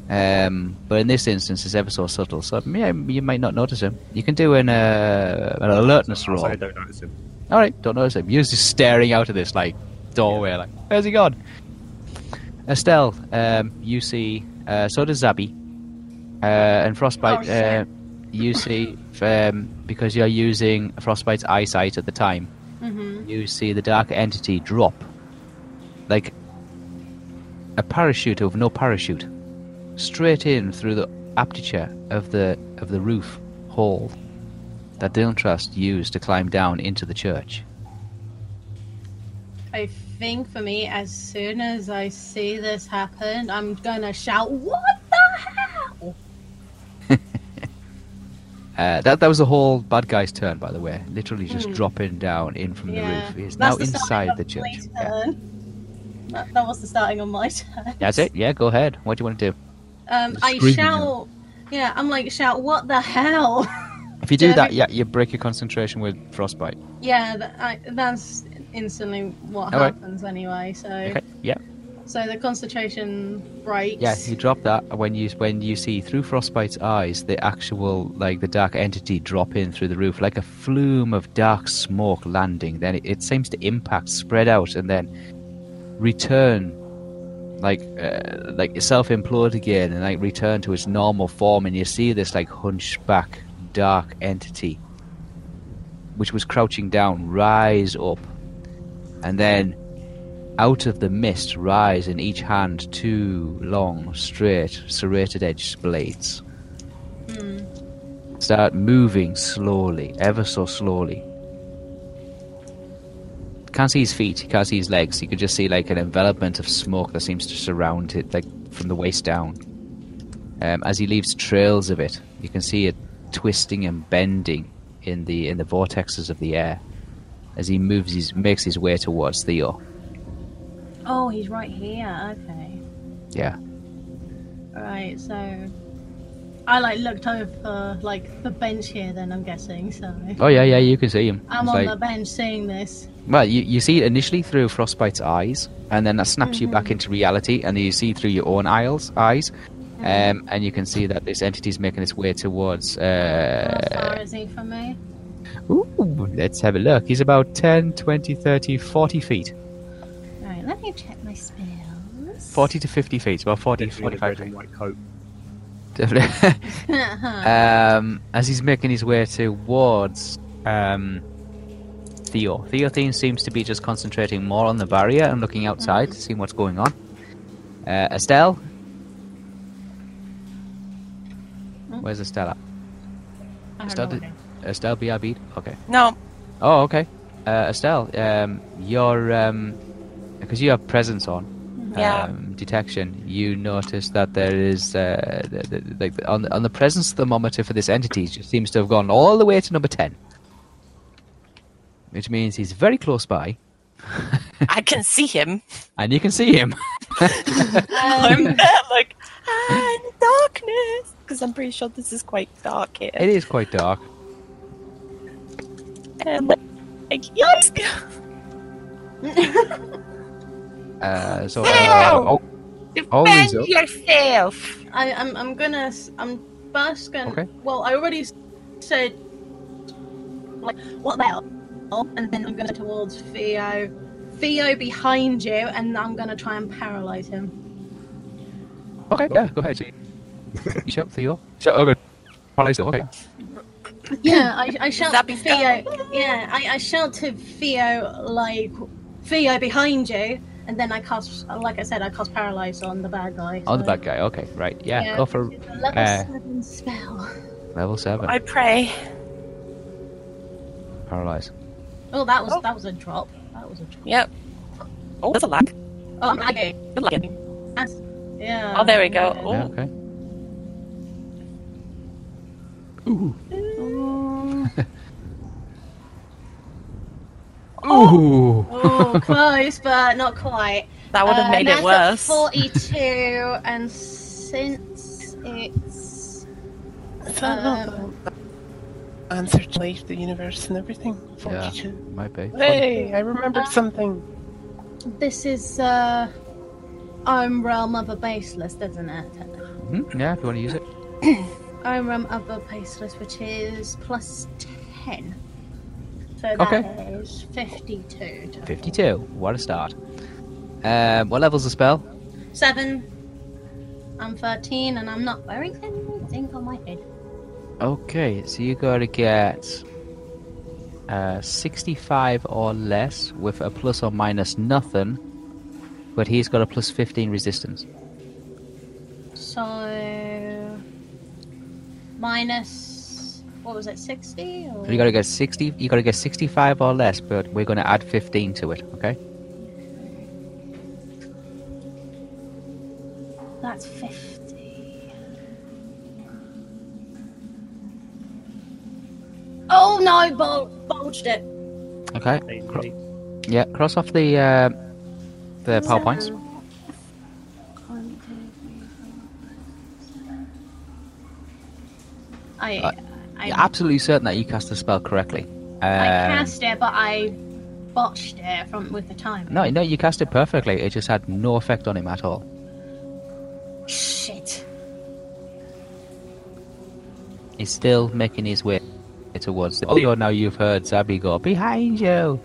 Um, but in this instance, it's ever so subtle, so yeah, you might not notice him. You can do an uh, an alertness roll. I don't notice him. All right, don't notice him. You're just staring out of this like doorway, like where's he gone? Estelle, um, you see. Uh, so does Zabby, uh, and Frostbite. Oh, uh, shit. you see, um, because you're using Frostbite's eyesight at the time. Mm-hmm. You see the dark entity drop, like a parachute over no parachute, straight in through the aperture of the of the roof hole that Diltrust used to climb down into the church. I think for me, as soon as I see this happen, I'm gonna shout, What the hell? Uh, that that was the whole bad guy's turn, by the way. Literally just dropping down in from Hmm. the roof. He is now That's the inside sound the of church. police Yeah. turn. That, that was the starting on my turn. That's it. Yeah, go ahead. What do you want to do? Um, I Screaming shout. Yeah, I'm like shout. What the hell? If you do Yeah, that, but- yeah, you break your concentration with frostbite. yeah, that, I, that's instantly what All right. happens anyway. So, Okay. Yeah. so the concentration breaks. Yeah. You drop that when you when you see through frostbite's eyes the actual like the dark entity drop in through the roof like a flume of dark smoke landing. Then it, it seems to impact, spread out, and then return. Like, uh, like self implode again, and like return to its normal form, and you see this like hunchback, dark entity, which was crouching down, rise up, and then out of the mist rise in each hand two long, straight, serrated edged blades. Start moving slowly, ever so slowly. Can't see his feet, you can't see his legs. You can just see like an envelopment of smoke that seems to surround it, like from the waist down. Um, as he leaves trails of it, you can see it twisting and bending in the in the vortexes of the air as he moves his makes his way towards Theo. Oh, he's right here. Okay. Yeah. Right. So, I like looked over like the bench here. Then I'm guessing. So, Oh yeah, yeah, you can see him. I'm It's on like- the bench seeing this. Well, you, you see it initially through Frostbite's eyes, and then that snaps you Mm-hmm. back into reality, and then you see through your own eyes, eyes, Mm-hmm. um, and you can see that this entity's making its way towards. How Uh, far is he from me? Oh, ooh, let's have a look. He's about 10, 20, 30, 40 feet. Right. Let me check my spells. 40 to 50 feet, about 40, Definitely the 45 red and feet. white coat. Definitely. Uh-huh. um, as he's making his way towards um, Theo. Theothene seems to be just concentrating more on the barrier and looking outside, seeing what's going on. Uh, Estelle? Where's Estelle at? I have Estelle, no did- idea. Estelle BRB? Okay. No, Oh, okay. Uh, Estelle, um, your um, because you have presence on, Yeah. um, detection. You notice that there is uh, th- th- like on the- on the presence thermometer for this entity it just seems to have gone all the way to number ten, which means he's very close by, I can see him. and you can see him. I'm there, Um, like, ah, in the darkness. Because I'm pretty sure this is quite dark here. it is quite dark. And like, yikes! Uh, so, uh, oh, always up. yourself! I, I'm, I'm gonna. s- I'm first gonna. Okay. Well, I already s- said. Like, what the hell? And then I'm gonna go towards Theo. Theo behind you, and I'm gonna try and paralyze him. Okay, yeah, go ahead. you shout Theo. Shout, oh, good. Probably so, Okay. Yeah, I, I shout that to be Theo. Yeah, I, I shout to Theo like Theo behind you, and then I cast. Like I said, I cast paralyze on the bad guy. On Oh, the so- bad guy. Okay, right. Yeah, Yeah, go for it's a level uh, seven spell. level seven. I pray. Paralyze. Oh, that was Oh. that was a drop. That was a drop. Yep. Oh, there's a lag. Oh, I'm lagging. Good lagging. Yeah. Oh, there we go. yeah. Oh. Yeah, okay. Ooh. Oh, close, but not quite. That would have Uh, made that's it a worse. 42, and since Is it's. that not the answer to life, the universe, and everything? Yeah. Oh. 42. Might be. Hey, I remembered something. This is, uh. Own Realm of a Baseless, doesn't it? Mhm, Yeah, if you want to use it. Own Realm of a Baseless, which is plus 10. So that Okay. is 52. 52. What a start. Um, what level's the spell? 7. I'm 13, and I'm not wearing anything on my head. Okay, so you gotta get uh, 65 or less with a plus or minus nothing, but he's got a plus 15 resistance. So minus what was it, sixty? Or... So you gotta get 60. You gotta get 65 or less, but we're gonna add 15 to it. Okay. That's fifty. Oh no, bul- bulged it. Okay. Hey, Cro- hey, Yeah. Cross off the uh, the PowerPoints. um, I, Uh, I, You're absolutely certain that you cast the spell correctly. I Um, cast it, but I botched it from with the time. No, no, you cast it perfectly. It just had no effect on him at all. Shit. He's still making his way towards the. Oh, now you've heard Zabi go behind you.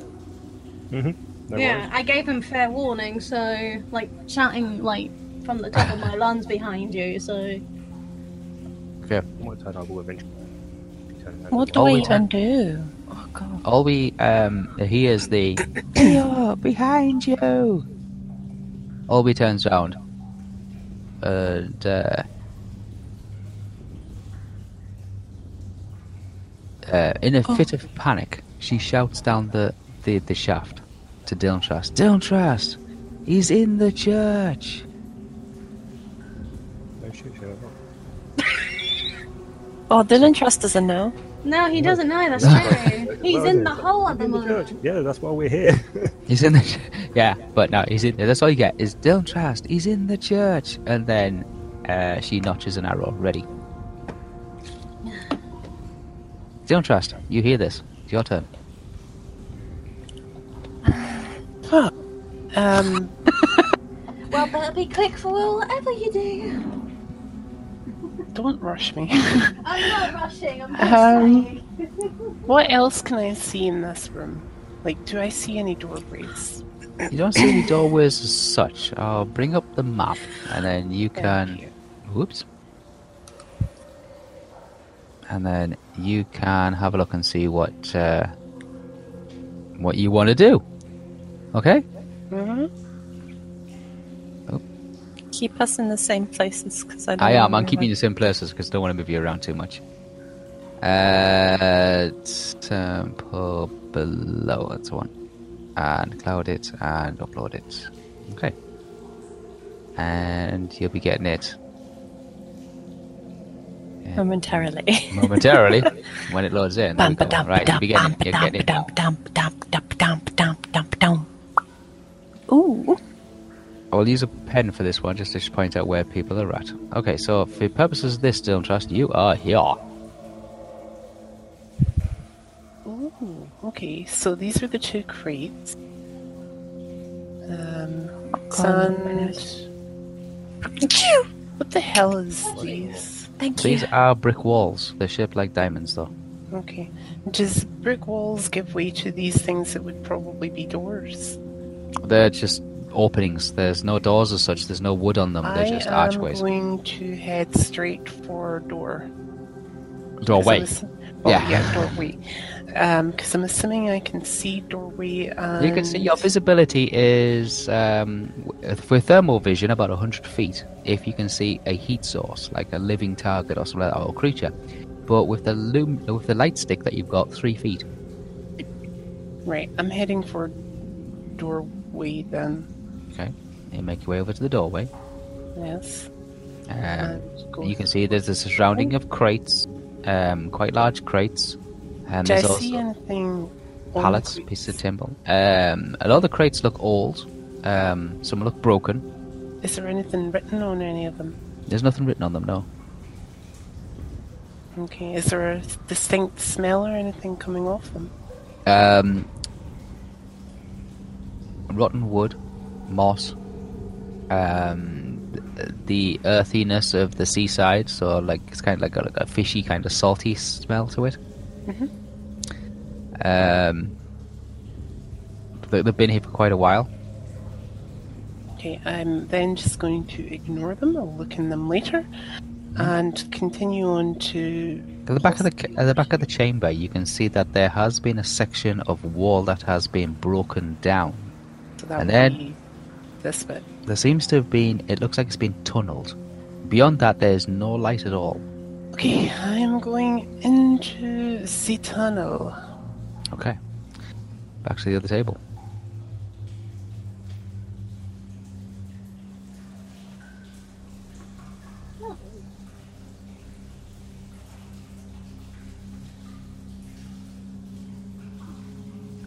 No yeah, worries. I gave him fair warning, so like shouting like from the top of my lungs behind you. So My turn, I'll go eventually. Turn over. What do Oh, I we even do? Oh god. All we um hear is the Theo oh, behind you. Olby turns round and uh, uh, in a fit of panic, she shouts down the the, the shaft to Dilmtrast. Dilmtrast, he's in the church. No shit, shit, I'm not. Oh, Dylan Trust doesn't know. no, he doesn't know. That's true. He's in the hole at the In the church. moment. Yeah, that's why we're here. He's in the ch- yeah, but no, he's in. That's all you get is don't trust. He's in the church, and then uh, she notches an arrow ready. Don't trust. You hear this? It's your turn. Um, Well, better be quick for whatever you do. don't rush me. I'm not rushing. I'm just just Um, saying. What else? What can I see in this room? Like, do I see any doorways? You don't see any doorways as such. I'll bring up the map, and then you Thank can. you. Whoops. And then you can have a look and see what uh, what you want to do. Okay. Keep us in the same places because I. Don't I am. I'm remember. keeping you in the same places because don't want to move you around too much. Uh, temple below. That's the one. And cloud it and upload it. Okay. And you'll be getting it momentarily. momentarily when it loads in. There we Bam, ba, go. dum, Right, dum, you'll be getting bam, it. You're getting it dum, now. dum, dum, dum, dum, dum, dum, dum. Ooh. I will use a pen for this one just to point out where people are at. Okay, so for the purposes of this, Dylan Trust, you are here. Ooh, okay, so these are the two crates. Um, sand. What the hell is this? Thank you. These are brick walls. They're shaped like diamonds, though. Okay. Does brick walls give way to these things that would probably be doors? They're just openings. There's no doors as such. There's no wood on them. They're I just am archways. going to head straight for door. 'cause I'm Doorway. assu- Oh, Yeah. yeah. doorway. Because I'm assuming I can see doorway. And... You can see your visibility is um, w- for thermal vision about 100 feet. If you can see a heat source, like a living target or something like that, or creature, but with the loom, with the light stick that you've got, three feet. Right, I'm heading for doorway then. Okay, you make your way over to the doorway. Yes. Um, and you can see there's a surrounding of crates, um, quite large crates, and Do I there's see also anything? on pallets, the crates? pieces of timber. Um, a lot of the crates look old. Um, some look broken. Is there anything written on any of them? There's nothing written on them, no. Okay. Is there a distinct smell or anything coming off them? Um, rotten wood, moss, um, th- the earthiness of the seaside, so like it's kind of like got like a fishy kind of salty smell to it. Mm-hmm. Um, they- they've been here for quite a while. Okay. I'm then just going to ignore them. I'll look in them later, Mm-hmm. and continue on to. At the back of the ca- at the back of the chamber, you can see that there has been a section of wall that has been broken down. So that And would then- be this bit. There seems to have been. It looks like it's been tunneled. Beyond that, there's no light at all. Okay. I'm going into the tunnel. Okay. Back to the other table.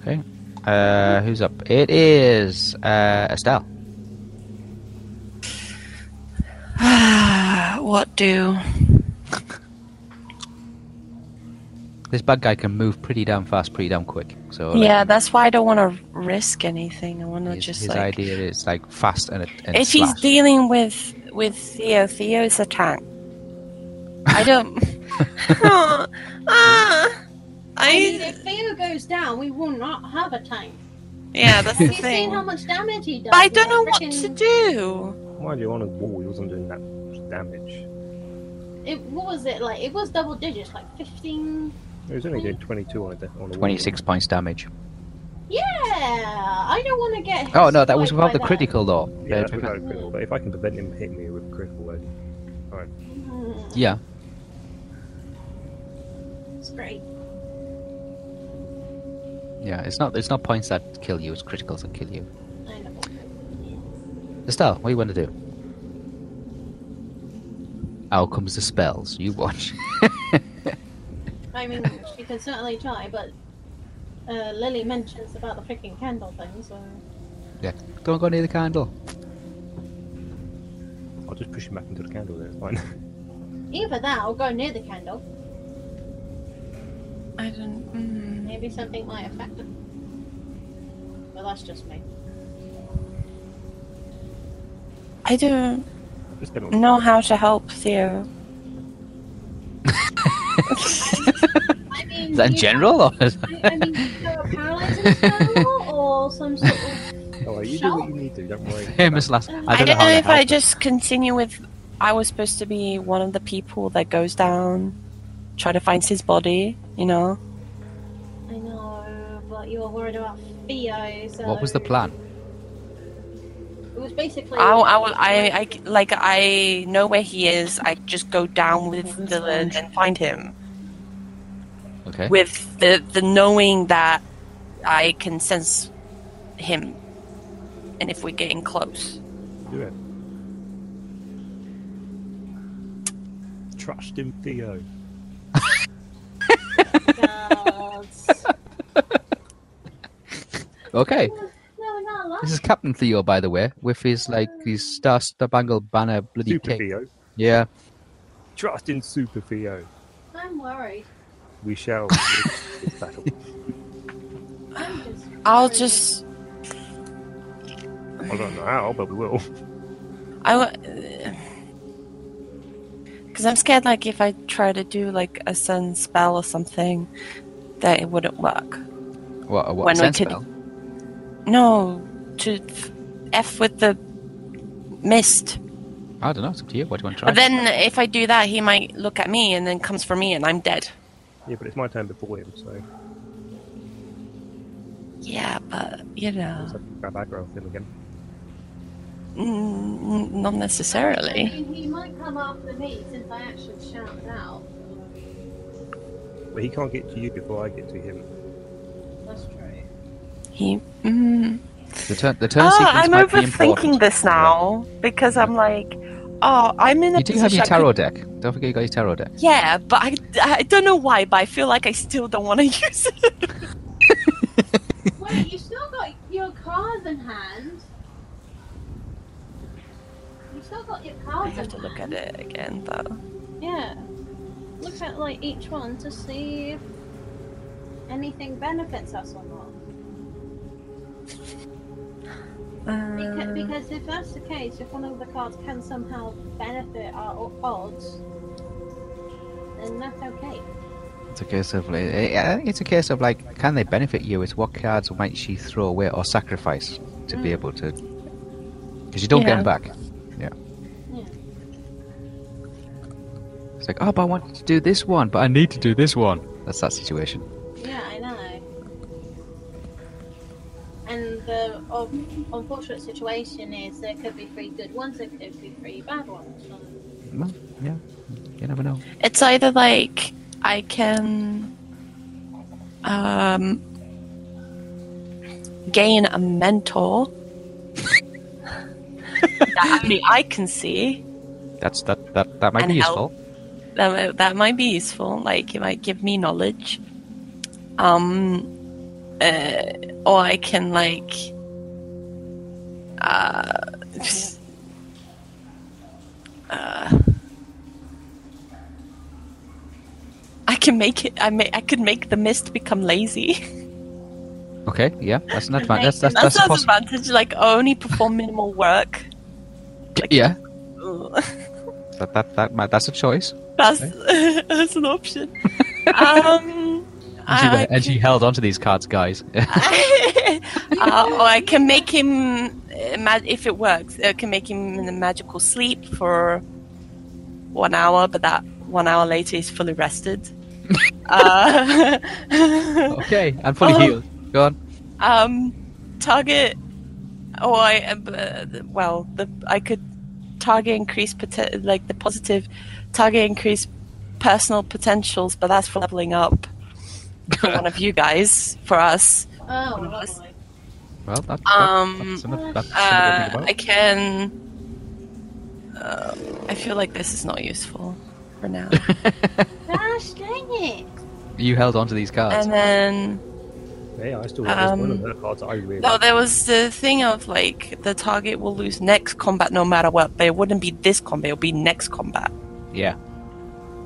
Okay. Uh, who's up? It is uh, Estelle. what do? This bad guy can move pretty damn fast, pretty damn quick. So like, Yeah, that's why I don't want to risk anything. I want to his, just his like idea is like fast and, and slash. if he's dealing with with Theo, Theo's a tank. I don't. Ah, ah. I mean, I if Theo goes down, we will not have a tank. yeah, that's the Have you seen thing. how But much damage he does? I with don't know that what to frickin- do. Mind you, on his wall, he wasn't doing that much damage. It, what was it like? It was double digits, like 15. He was only doing 22 on a, de- on a wall. 26 points damage. Yeah, I don't want to get. hit Oh no, that was by- without by the critical though. Yeah, Uh, that's without a critical. But if I can prevent him hitting me with a critical, then Mm, yeah. It's great. Yeah, it's not it's not points that kill you, it's criticals that kill you. I know. Estelle, what do you want to do? Out comes the spells. You watch. I mean, she can certainly try, but uh, Lily mentions about the freaking candle thing, so. yeah. Don't go near the candle. I'll just push him back into the candle. Then it's fine. Either that or go near the candle. I don't. mm. Maybe something might affect them. Well, that's just me. I don't just get on. know how to help Theo. I mean, Is that in you- general or I I mean, you know, a paralyzing spell or some sort of. All right, you do what you need to. Don't worry. famous last I don't I don't, know, know, how to if I help. just continue with. I was supposed to be one of the people that goes down, try to find his body. You know. I know, but you were worried about Theo, so. What was the plan? It was basically. I, I, I, I- like I know where he is. I just go down with Dylan and find him Okay. with the the knowing that I can sense him, and if we're getting close. Do it. Trust in Theo. Gods. Okay. No, not allowed. This is Captain Theo by the way, with his like his star spangled banner bloody Super cape. Theo. Yeah. Trust in Super Theo. I'm worried. We shall win this battle. I'm just I'll worried. just. I don't know how, but we will. I. Because I'm scared, like if I try to do like a sun spell or something, that it wouldn't work. What a what When we sense could- spell? No, to f, f with the mist. I don't know, it's up to you. What do you want to try? But then if I do that, he might look at me and then comes for me and I'm dead. Yeah, but it's my turn before him, so Yeah, but you I'll just know, have to grab aggro off him again. mm, not I necessarily. mean, he might come after me since I actually shouted out. But he can't get to you before I get to him. That's true. He. Mm. The turn the turn Oh, sequence I'm might be important. overthinking this now because I'm like, oh, I'm in a You do have position. your I could- tarot deck. Don't forget you got your tarot deck. Yeah, but I, I don't know why, but I feel like I still don't want to use it. Wait, you still got your cards in hand. You still got your I cards have in to look at hand. it again, but Yeah. Look at like each one to see if anything benefits us or not. Because, uh, because if that's the case, if one of the cards can somehow benefit our o- odds, then that's okay. It's a case of, like, eh, I think it's a case of like, can they benefit you? It's what cards might she throw away or sacrifice to be Mm. able to, because you don't get Yeah. them back. Yeah. Yeah. It's like, oh, but I want to do this one, but I need to do this one. That's that situation. Yeah, I know. And the un- unfortunate situation is there could be three good ones, there could be three bad ones. so- Well, yeah, you never know. it's either like I can um, gain a mentor that only I can see. That's that that that might And be help. useful. That, mi- that might be useful. Like it might give me knowledge. Um, uh, or I can like uh, uh, can make it. I may, I could make the mist become lazy. Okay, yeah, that's an advantage. That's that's That's that's, that's, an possi- advantage. Like only perform minimal work. like- yeah. Ugh. That, that, that might, that's a choice. That's that's an option. um, And she, I, went- and she held onto these cards, guys. uh, or I can make him uh, mag- if it works. I can make him in a magical sleep for one hour, but that one hour later he's fully rested. uh, okay, I'm fully Oh. healed. Go on. um, target. Oh, I uh, well, the I could target increase poten- like the positive target increase personal potentials, but that's for leveling up. For one of you guys, for us. Oh, Nice. lovely. Well, that, that, Um, that's another, that's another thing Uh, about I it. can. Uh, I feel like this is not useful for now. Gosh dang it! You held onto these cards. and then, Yeah, I still got this one of Um, her cards that I really no, like. there was the thing of like the target will lose next combat no matter what, but it wouldn't be this combat; it'll be next combat. yeah.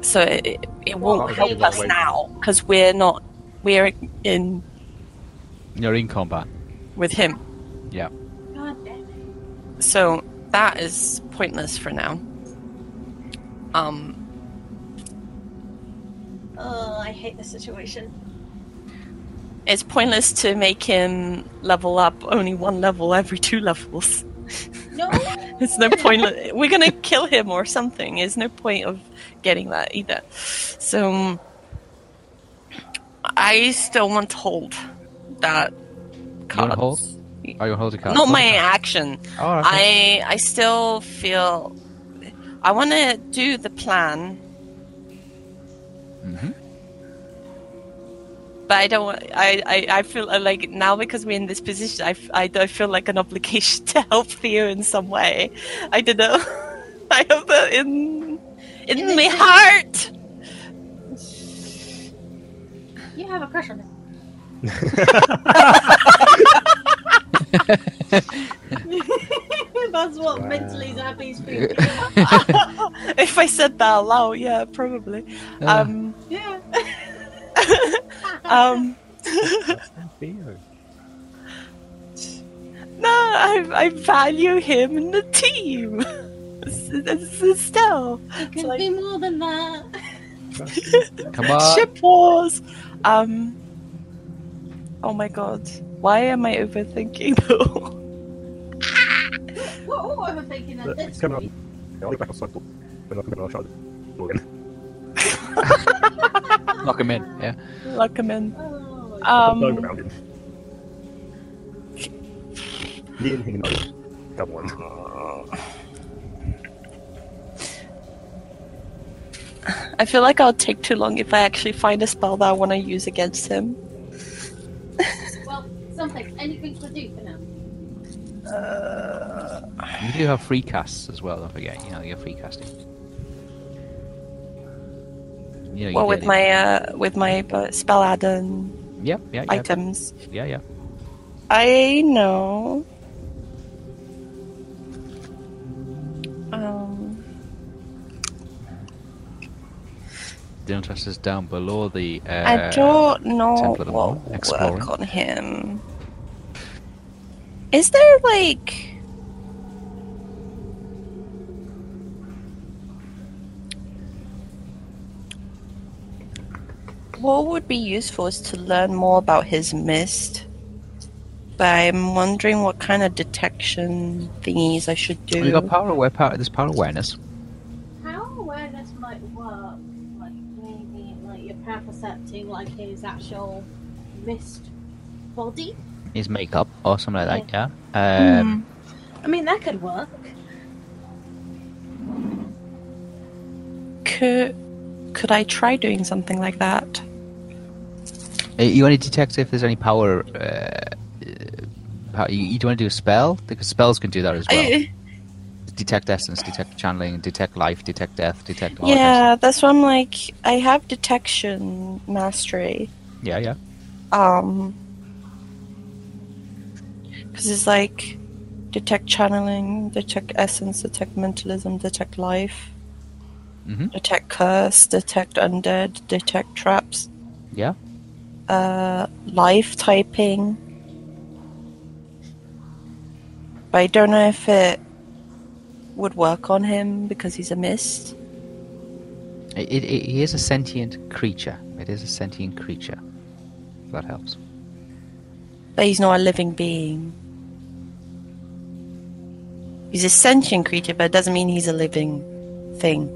So it it, it Well, won't that help was us way- now because we're not we're in You're in combat. with him. God damn it! So that is pointless for now. Um, Oh, I hate this situation. it's pointless to make him level up only one level every two levels. No. It's no point. li- We're gonna kill him or something. There's no point of getting that either. So I still want to hold that You want card. to hold? Are you going to hold a card? Not Hold my a card. action. Oh, okay. I I still feel I want to do the plan, Mhm. but I don't. Want, I, I I feel uh, like now because we're in this position, I, f- I don't feel like an obligation to help Theo in some way. I don't know. I have that in in, In the- my heart. You have a crush on me. That's what Wow. mentally Zabby's thinking. if I said that aloud, yeah, probably. Ah. Um, yeah. um, Theo. No, I, I value him and the team. It's- it's- it's Still, It could like- be more than that. Come on. ship wars. Um. Oh my god, why am I overthinking though? What, what am I thinking at this Come on. point? I'll be back outside door. When I come in, I'll shut the door again. Knock him in. Yeah. Lock him in. Oh, I'll go Um. around him. Lean him over. Come on. I feel like I'll take too long if I actually find a spell that I want to use against him. well, something. Anything to do for now. You do have free casts as well, don't forget. You know, you're free casting. You know, you Well, did with it. my uh, with my uh, spell add and Yep, yeah, yeah. items. Yeah, yeah. I know. Um. The interest is down below the. Uh, I don't know Temple of the Mole, what exploring. work on him. Is there like what would be useful is to learn more about his mist. But I'm wondering what kind of detection thingies I should do. We got power aware. Power, there's power awareness. How awareness might work, like maybe like you're percepting like his actual mist body. Is makeup or something like that. Yeah. Um, I mean, that could work. could could I try doing something like that? Uh, You want to detect if there's any power. Uh, uh, pow- you, you do want to do a spell because spells can do that as well. I- detect essence, detect channeling, detect life, detect death, detect. all of Yeah, that's why I'm like, I have detection mastery. this. Yeah, yeah. Um, because it's like detect channeling, detect essence, detect mentalism, detect life. Mm-hmm. Detect curse, detect undead, detect traps, Yeah. uh, live typing. But I don't know if it would work on him because he's a mist. It, it, it, he is a sentient creature. It is a sentient creature. If that helps. But he's not a living being. He's a sentient creature, but it doesn't mean he's a living thing.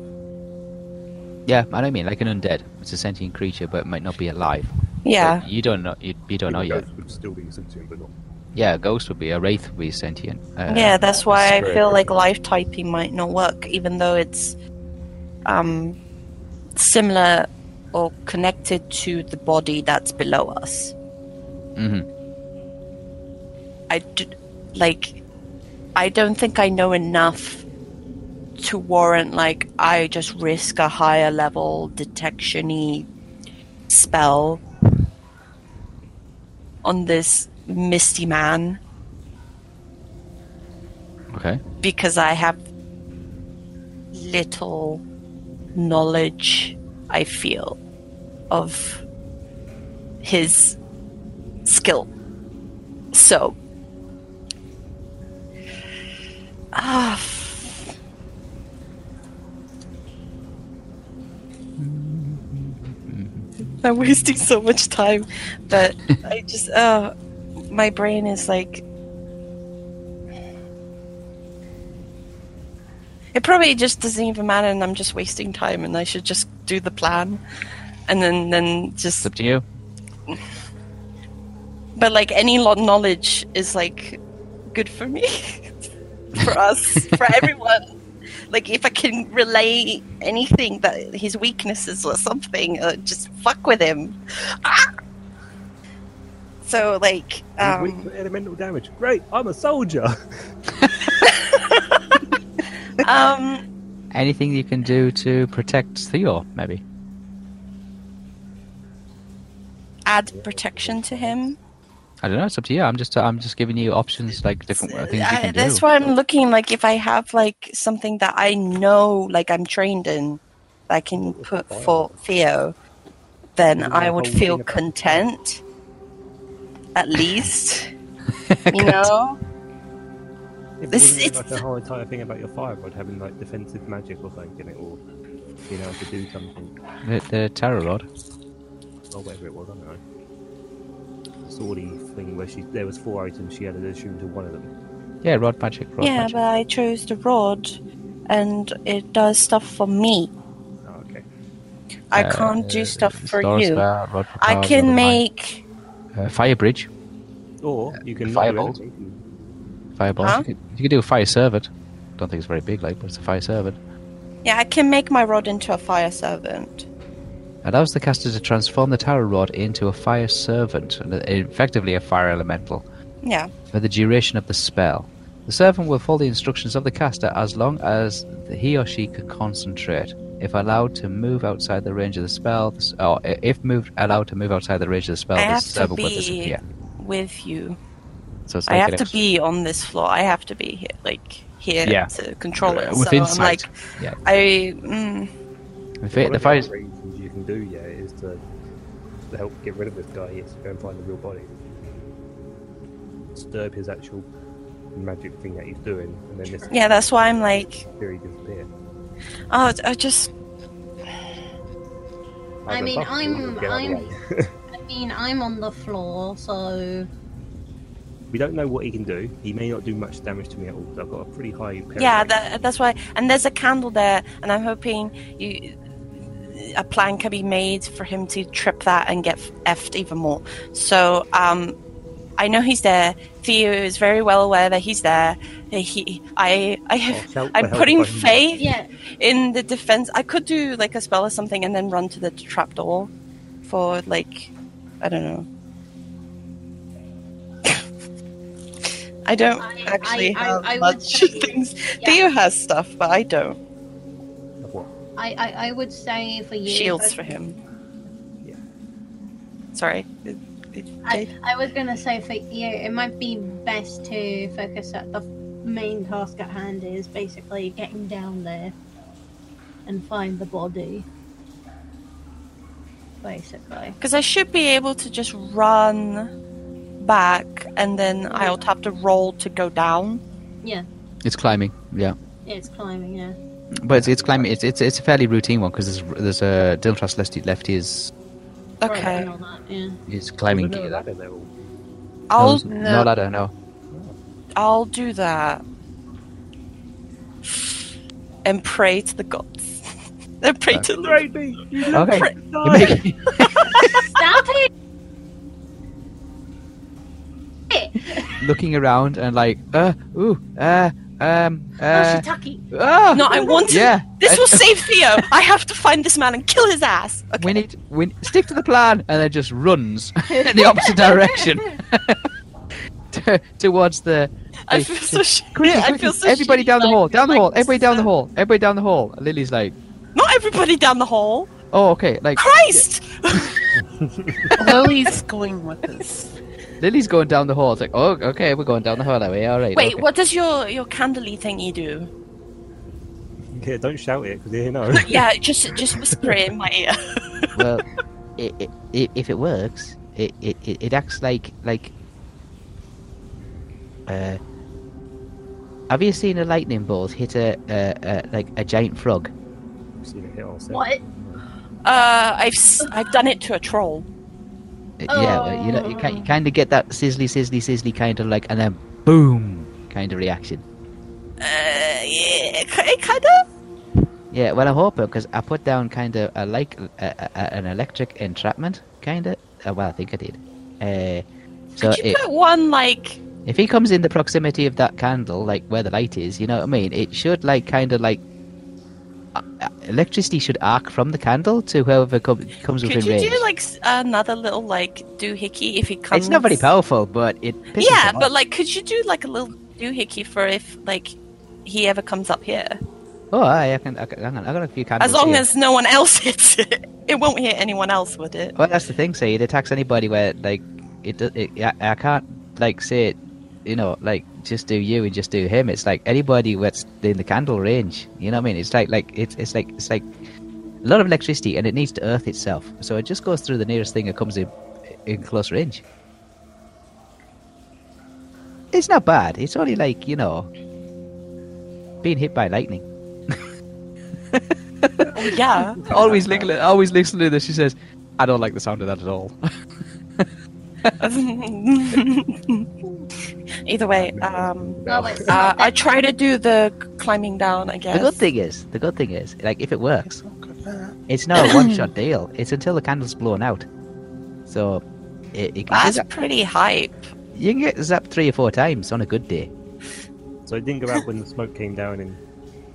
Yeah, I know what I mean like an undead. It's a sentient creature, but it might not be alive. Yeah. But you don't know. You, you don't know yet. That would still be sentient, but not. Yeah, a ghost would be. A wraith would be sentient. Uh, yeah, that's why I spirit. feel like life typing might not work, even though it's um, similar or connected to the body that's below us. Mhm. I d- like I don't think I know enough to warrant like I just risk a higher level detectiony spell on this misty man Okay. because I have little knowledge I feel of his skill. So ah I'm wasting so much time that I just uh my brain is like It probably just doesn't even matter, and I'm just wasting time, and I should just do the plan, and then then It's just. up to you. But like any lot knowledge is like good for me, for us, for everyone. Like if I can relay anything that his weaknesses or something, uh, just fuck with him. Ah! So like, Weak um, for elemental damage. Great, I'm a soldier. um, Anything you can do to protect Theo, maybe. add protection to him. I don't know. It's up to you. I'm just uh, I'm just giving you options, like different uh, things you I- can do. that's why I'm looking like if I have like something that I know, like I'm trained in, that I can put for Theo, then Isn't I there a would whole feel thing about- content. At least, you know. If it This- wasn't it's- like the whole entire thing about your firebird having like defensive magic or something in it, or being able to do something, The, the tarot rod. or whatever it was, I don't know. The swordy thing where she there was four items, she added a tune to one of them. Yeah, rod magic. Rod yeah, magic. but I chose the rod, and it does stuff for me. Oh, okay. I Uh, can't uh, do stuff for Star you. Spell, rod for I power, can rod of mind. make. uh, fire bridge, Or you can Fireball. Do anything. fireball. Huh? You, could, you could do a fire servant. Don't think it's very big, like, but it's a fire servant. Yeah, I can make my rod into a fire servant. Allows the caster to transform the tarot rod into a fire servant, and uh, effectively a fire elemental. Yeah. for the duration of the spell. The servant will follow the instructions of the caster as long as he or she can concentrate. If allowed to move outside the range of the spell, the s- or i- if moved allowed to move outside the range of the spell, I the have to servant will be- disappear. With you. So it's I like have an to extra- be on this floor. I have to be here, like here Yeah. to control it. Uh, with so I'm insight. like, Yeah. I mm, If it, One of the the fire, other reasons you can do, yeah, is to, to help get rid of this guy. Yes, go and find the real body, disturb his actual magic thing that he's doing, and then this yeah. That's why I'm like, theory disappear. oh, I just I Either mean, buff him or I'm- get out of the I'm- way. I mean, I'm on the floor, so We don't know what he can do. He may not do much damage to me at all. 'cause I've got a pretty high. parry yeah. rate. That, that's why. And there's a candle there, and I'm hoping you a plan can be made for him to trip that and get effed even more. So um, I know he's there. Theo is very well aware that he's there. He, I, I I'll have. shout for I'm help putting if Oh, I can. faith yeah. in the defense i could do like a spell or something and then run to the trapdoor for like i don't know i don't I- actually I- I- have I would much say- things yeah. theo has stuff but i don't What? I, I, I would say for you, shields for both- him Yeah. sorry It- it- I, I was gonna say for you, it might be best to focus at the main task at hand is basically getting down there. and find the body. Basically. Because I should be able to just run back and then I'll have to roll to go down. Yeah, It's climbing, yeah. it's climbing, yeah. But it's, it's climbing. It's, it's it's a fairly routine one because there's there's a Diltras lefty left is Right, Okay. and all that, yeah. is There's climbing no gear. That ladder there, all- I'll no, no ladder, no. I'll do that. And pray to the gods. and pray to the Betray me! You look Okay. for it, You make- Stop it! looking around and like, uh, ooh, uh, um, Oh, uh, Shitaki. ah, Oh, No, I want to. yeah. This will Uh, save Theo. I have to find this man and kill his ass. Okay. We need we stick to the plan, and then just runs in the opposite direction T- towards the. I feel so sh- Quickly, I quickly, feel so everybody shitty, down the like- hall, down the like, hall, everybody down the hall, everybody down the hall. And Lily's like, Not everybody down the hall. oh, okay, like Christ! Lily's going with us. Lily's going down the hall. It's like, oh, okay, we're going down the hall that way. All right. Wait, okay. what does your your candlely thingy do? Yeah, don't shout it, because they know. Yeah, just just whisper it in my ear. well, i i i if it works, it, it, it it acts like like. Uh, have you seen a lightning bolt hit a, a, a like a giant frog? I've seen it hit ourselves. What? Uh, I've s- I've done it to a troll. Uh, Yeah, well, you know, you, Oh. ki- you kind of get that sizzly, sizzly, sizzly kind of like, and then boom, kind of reaction. Uh, yeah, ki- kind of. Yeah, well, I hope because I put down kind of a like a, a, a- an electric entrapment, kind of. Uh, well, I think I did. Uh, so Could you it, put one like? if he comes in the proximity of that candle, like where the light is, you know what I mean? It should, like, kind of like. Uh, uh, electricity should arc from the candle to whoever com- comes Could within you range. do like s- another little like doohickey if he comes? it's not very powerful, but it. pisses Yeah, them but off. like, could you do like a little doohickey for if like he ever comes up here? Oh, aye, I can. I can hang on, I got a few candles. As long here. as no one else hits it, it won't hit anyone else, would it? Well, that's the thing. So it attacks anybody where like it. do- it I, I can't like say it. You know, like just do you and just do him. It's like anybody that's in the candle range. You know what I mean? It's like like it's it's like it's like a lot of electricity, and it needs to earth itself. So it just goes through the nearest thing that comes in in close range. It's not bad. It's only like you know being hit by lightning. Oh, yeah. Always listen. Always listen to this. She says, "I don't like the sound of that at all." Either way, um, No, it's uh, not I that. try to do the c- climbing down. I guess. The good thing is, the good thing is, like if it works, Good it's not a one-shot deal. It's until the candle's blown out. So, it, it can That's zap, pretty hype. you can get zapped three or four times on a good day. So it didn't go out when the smoke came down and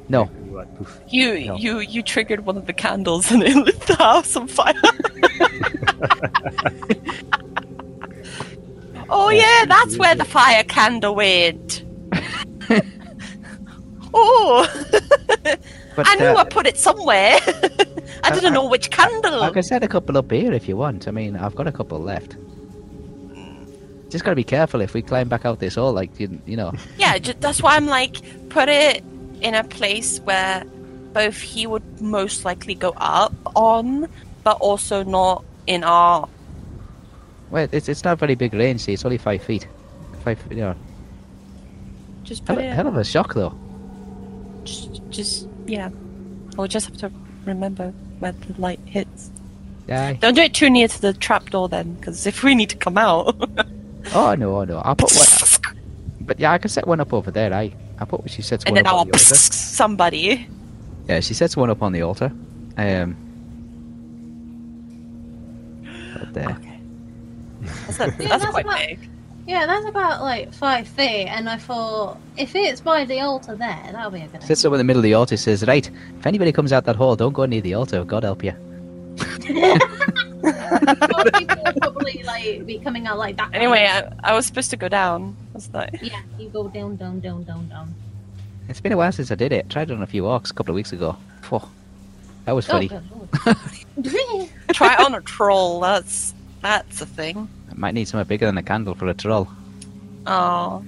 No, and you were like, poof. You No. you you triggered one of the candles and it lit the house on fire. oh yeah, that's where the fire candle went. oh, but I knew uh, I put it somewhere. I I- didn't know which candle. I can set a couple up here if you want. I mean, I've got a couple left. Just gotta be careful if we climb back out this hole. Like you, you know, Yeah, ju- that's why I'm like, put it in a place where both he would most likely go up on, but also not in our. well, it's it's not very big range. See, it's only five feet. Five, you know, Just put hell, it. hell of a shock though. just, just yeah. We'll just have to remember where the light hits. Aye. Don't do it too near to the trapdoor then, because if we need to come out, Oh no, no, I'll put one. But yeah, I can set one up over there. I I put she sets one and then up on I'll the altar. somebody. Yeah, she sets one up on the altar. Um, up there. Okay. That's, a, Yeah, that's, that's quite about- big. Yeah, that's about like five feet, and I thought if it's by the altar there, that'll be a good Sits up in the middle of the altar. Says, "Right, if anybody comes out that hall, don't go near the altar. God help you." Well, people will probably like be coming out like that. Oh, Anyway, uh, I, I was supposed to go down. That's not. Yeah, you go down, down, down, down, down. It's been a while since I did it. Tried it on a few walks a couple of weeks ago. Phew. that Oh, was Oh, funny. good Try it on a troll. That's that's a thing. I might need something bigger than a candle for a troll. Oh,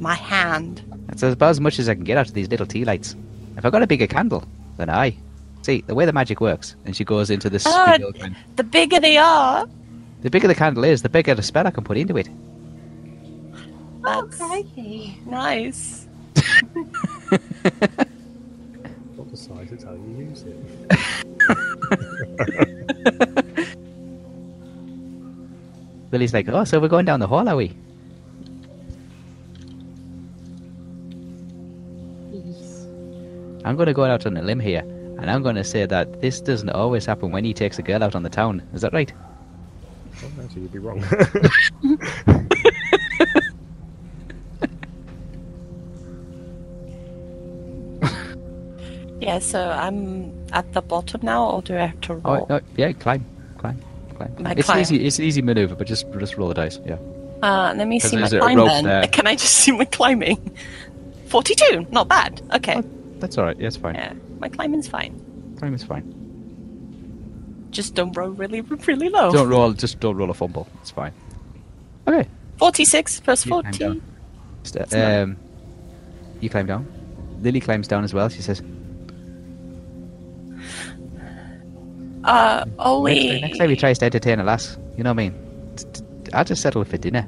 my hand. That's about as much as I can get out of these little tea lights. If I got a bigger candle, Then I. See, the way the magic works. And she goes into this Ah. spiel again. The bigger they are, The bigger the candle is, the bigger the spell I can put into it. Oh, that's crikey. nice. Not the size, it's how you use it. Lily's like, oh, so we're going down the hall, are we? Yes. I'm going to go out on a limb here. And I'm going to say that this doesn't always happen when he takes a girl out on the town. Is that right? Well, Oh, actually, you'd be wrong. Yeah, so I'm at the bottom now, or do I have to roll? Oh, no, yeah, climb, climb, climb. My it's climb. An easy, it's an easy maneuver, but just just roll the dice. Yeah. Uh, let me 'Cause see my there's a climb rope then. there. Can I just see my climbing? 42, not bad. Okay. That's all right. Yeah, it's fine. Yeah, my climbing's fine. Climb is fine. Just don't roll really, really low. Don't roll. Just don't roll a fumble. It's fine. Okay. 46 plus You climb down. 40. St- It's not- um, you climb down. Lily climbs down as well. She says, Uh, "Next Ollie. time, next time he tries to entertain a lass, you know what I mean? T- t- I'll just settle for dinner."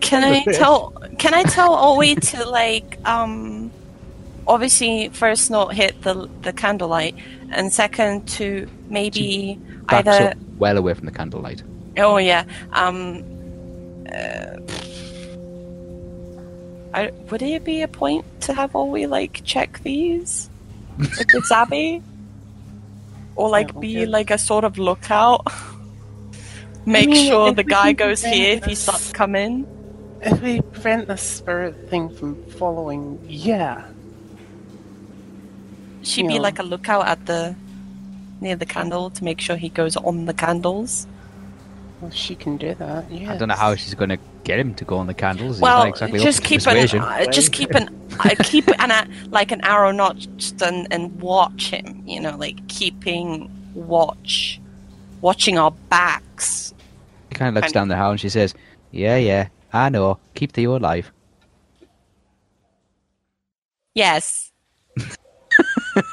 Can I tell? Can I tell Ollie to like um, obviously first not hit the the candlelight, and second to maybe Backs either up well away from the candlelight. oh yeah um, uh, I, would it be a point to have Ollie like check these with the Zabi, or like Yeah, be okay. like a sort of lookout? Make I mean, sure if the we guy can goes prevent here if he this- starts coming. If we prevent the spirit thing from following, yeah. She'd be Yeah. like a lookout at the near the candle to make sure he goes on the candles. Well, she can do that. Yeah. I don't know how she's going to get him to go on the candles. He's well, not exactly up just to keep persuasion. an uh, just keep an uh, keep an uh, like an arrow notched and and watch him. You know, like keeping watch, watching our backs. She kind of looks And- down the hall and she says, "Yeah, yeah, I know. Keep the old life." Yes,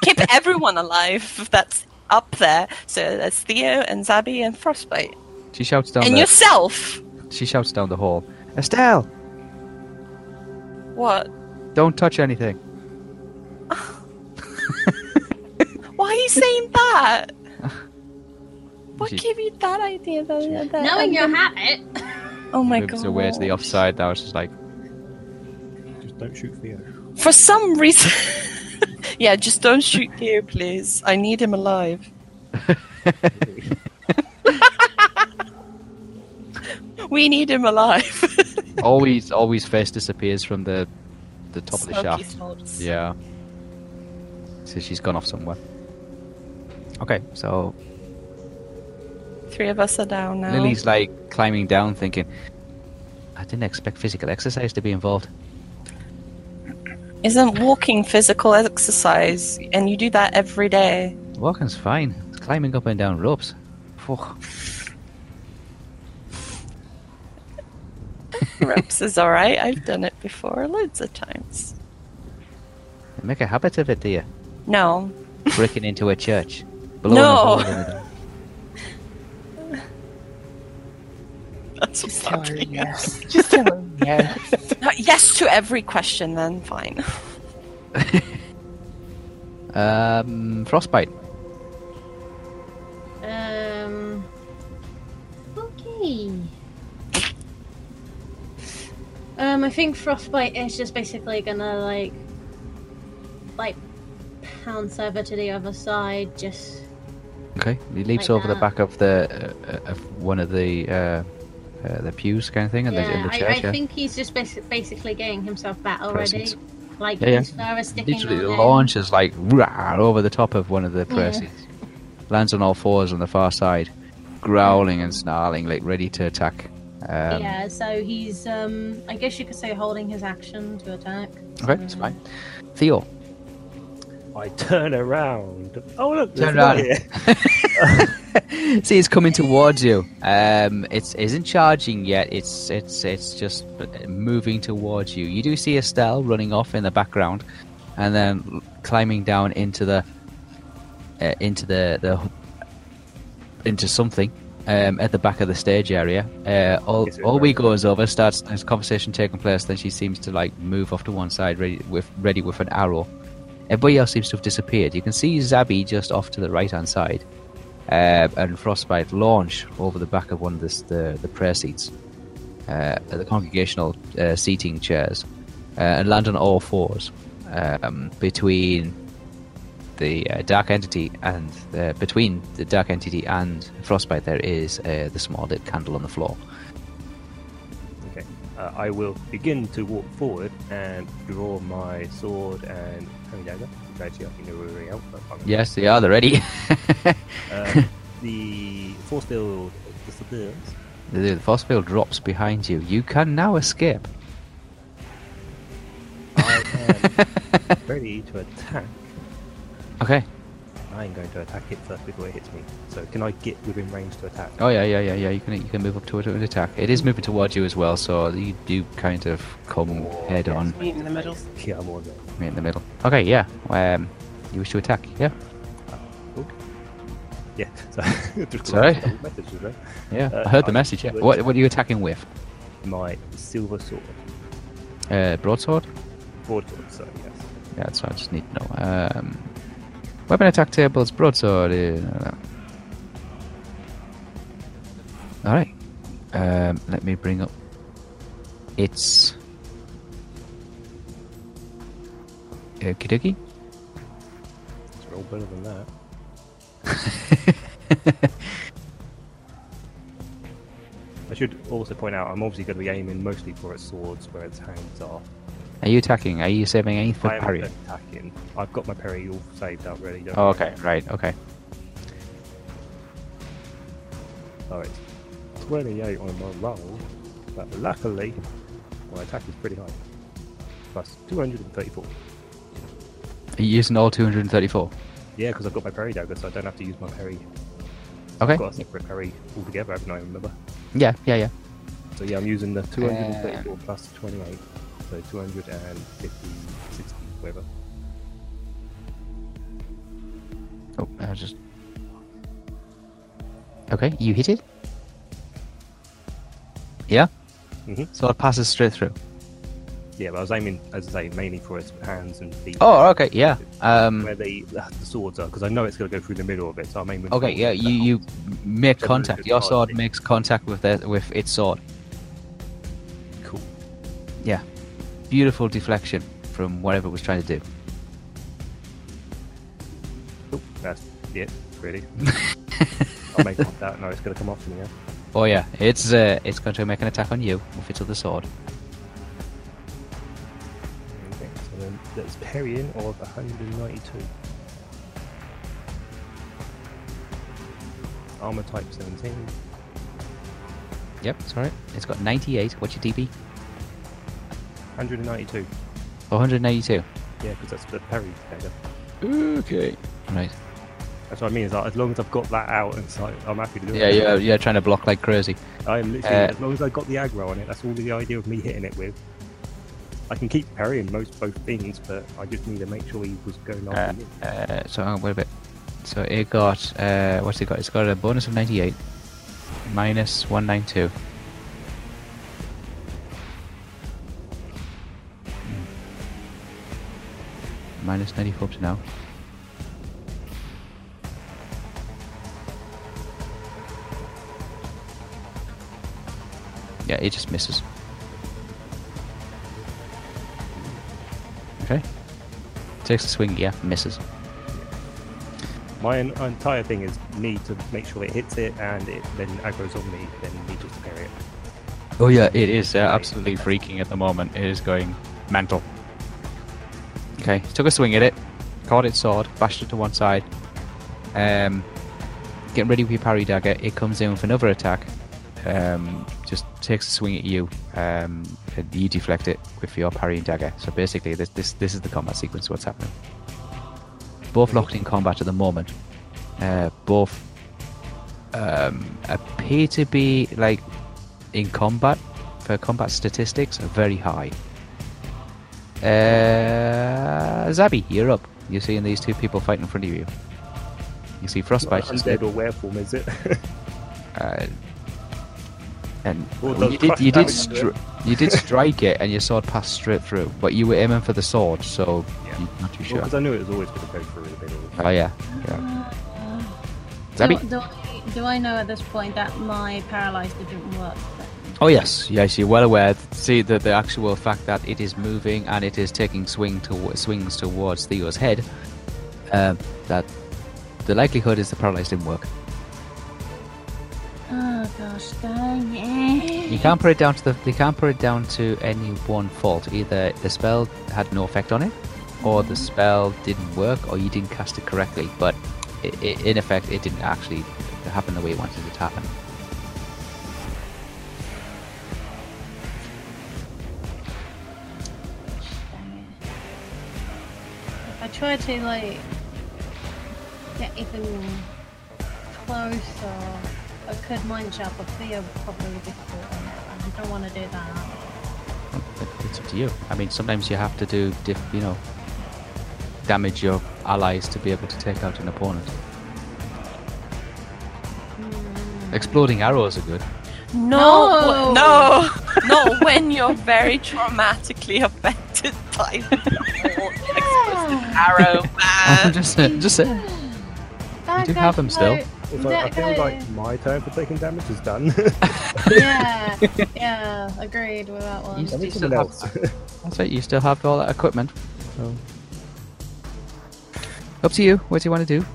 keep everyone alive. That's up there. So that's Theo and Zabi and Frostbite She shouts down and the yourself. she shouts down the hall. Estelle, What? don't touch anything. Why are you saying that? What She- gave you that idea? That, that Knowing your habit. oh my moves god! away to the offside. Now she's like, Just don't shoot Theo. For some reason, yeah. Just don't shoot Theo, please. I need him alive. We need him alive. always, always face disappears from the the top of the Smoky shaft. smokes. Yeah. So she's gone off somewhere. Okay, so Three of us are down now. Lily's like climbing down, thinking, "I didn't expect physical exercise to be involved." Isn't walking physical exercise, and you do that every day? Walking's fine. It's climbing up and down ropes. Fuck. Reps is all right. I've done it before, loads of times. Make a habit of it, dear. No, Breaking into a church. blowing a No. hole in it. that's Just what's tell her happening. yes. Just tell her yes. Uh, Yes to every question, then fine. Um, frostbite. Um. Okay. Um, I think Frostbite is just basically gonna like, like, pounce over to the other side. Just Okay, he leaps Like over the that. back of the uh, of one of the uh, uh, the pews kind of thing, and the, in yeah, the I, church. I yeah. think he's just basi- basically getting himself back already. Presence. Like Yeah, yeah. his fur is sticking Literally out there. launches like rah, over the top of one of the presses, lands on all fours on the far side, growling and snarling, like ready to attack. Um, yeah, so he's um, I guess you could say holding his action to attack. Okay, it's fine. Theo, I turn around. Oh look, there's Turn one around. here. see, it's coming towards you. Um, it's isn't charging yet. It's it's it's just moving towards you. You do see Estelle running off in the background. and then climbing down into the uh, into the, the into something um, at the back of the stage area. Uh, all Is it all we right? go is over. Starts there's conversation taking place. Then she seems to like move off to one side, ready with ready with an arrow. Everybody else seems to have disappeared. You can see Zabby just off to the right hand side, uh, and Frostbite launch over the back of one of the s- the, the prayer seats, uh, the congregational uh, seating chairs, uh, and land on all fours um, between the uh, dark entity and uh, between the dark entity and frostbite there is uh, the small lit candle on the floor Okay. Uh, I will begin to walk forward and draw my sword and hand dagger. Which actually, I think they're already out. but I'm- yes they are they're ready Uh, the force field disappears. the, the force field drops behind you you can now escape I am ready to attack. okay I am going to attack it first before it hits me. So can I get within range to attack? oh yeah yeah yeah yeah you can you can move up to it and attack it is moving towards you as well so you do kind of come head on Meet in the middle. Yeah, I'm on it. right in the middle okay yeah um you wish to attack yeah Oh. Yeah. So just Sorry? glance at the message, right? yeah Uh, i heard the I message yeah would- what, what are you attacking with My silver sword, uh broadsword broad sword. So yes. Yeah, that's what I just need to know. Um, weapon attack tables, broadsword. Uh, all right. Um, let me bring up its. Okie dokie. It's all better than that. I should also point out I'm obviously going to be aiming mostly for its swords where its hands are. Are you attacking? Are you saving anything for I am parry? attacking. I've got my parry all saved up ready. don't Oh, worry. okay, right, okay. All right. 28 on my roll, but luckily my attack is pretty high. Plus 234. Are you using all 234? Yeah, because I've got my parry dagger, so I don't have to use my parry. I've got a Okay. separate parry altogether, haven't I? Remember. Yeah, yeah, yeah. So yeah, I'm using the 234 Um, plus 28, so 250, 60, whatever. Oh, I just. Okay, you hit it? Yeah? Mhm. So it passes straight through. Yeah, but I was aiming, as I say, mainly for its hands and feet. Oh, okay, yeah. Um, Where the, the swords are, because I know it's going to go through the middle of it, so I'm aiming. okay, forward. yeah, you, you make That's a contact. good Your card. sword makes contact with, the, with its sword. Cool. Yeah. Beautiful deflection from whatever it was trying to do. cool. Oh. That's it, really. I'll make off that. No, it's going to come off me now. Oh, yeah, it's uh, it's going to make an attack on you with its other sword. Okay, so then that's parrying of 192. Armor type 17, Yep, it's alright. It's got 98. What's your DP? 192. 182. Yeah, because that's the parry dagger. Okay. Right. That's what I mean. Is like, as long as I've got that out, and so I'm happy to do Yeah, it. yeah, yeah, trying to block like crazy. I'm literally Uh, as long as I got the aggro on it. That's all the idea of me hitting it with. I can keep parrying most both things, but I just need to make sure he was going Uh, after me. uh, so hang on, wait a bit. So it got uh, what's it got? It's got a bonus of ninety eight, minus one nine two. Hmm. Minus ninety four to now. Yeah, it just misses. Okay. Takes a swing, yeah, misses. My en- entire thing is me to make sure it hits it, and it then aggro's on me, then me just to parry it. Oh yeah, it is uh, absolutely freaking at the moment. It is going mental. Okay, took a swing at it, caught its sword, bashed it to one side. Um, getting ready with your parry dagger. It comes in with another attack. Um, just takes a swing at you. Um, and you deflect it with your parrying dagger. So basically, this this this is the combat sequence. What's happening? Both locked in combat at the moment. Uh, both um, appear to be like in combat for combat statistics are very high. Uh, Zabby, you're up. You're seeing these two people fight in front of you. You see Frostbite. Not undead or werewolf, is it? uh, and Oh, well, those you did crush you did damage to stri- you did strike it, and your sword passed straight through. But you were aiming for the sword, so Yeah. Oh, you're not too sure. Because I knew it was always going to go through the middle. oh yeah, yeah. Do, Zabby. do I, do I know at this point that my paralyzed didn't work? Oh yes, yes. You're well aware. See the the actual fact that it is moving and it is taking swing to swings towards Theo's head. Um, that the likelihood is the paralyzed didn't work. Oh gosh, dang it. You can't put it down to the. You can't put it down to any one fault. Either the spell had no effect on it, or the spell didn't work, or you didn't cast it correctly. But i i in effect, it didn't actually happen the way you wanted it to happen. I tried to like get even closer. I could mind jump, but Theo would probably would be caught on it. I don't want to do that. It, it's up to you. I mean, sometimes you have to do, diff, you know, damage your allies to be able to take out an opponent. Exploding arrows are good. No, No. no, no. When you're very traumatically affected by the whole explosive arrow, man. just saying- just saying. That do have them still. Although I feel like my turn for taking damage is done. yeah, yeah, agreed with that one. You I still need have- someone else. That's it. You still have all that equipment. So, up to you. What do you want to do?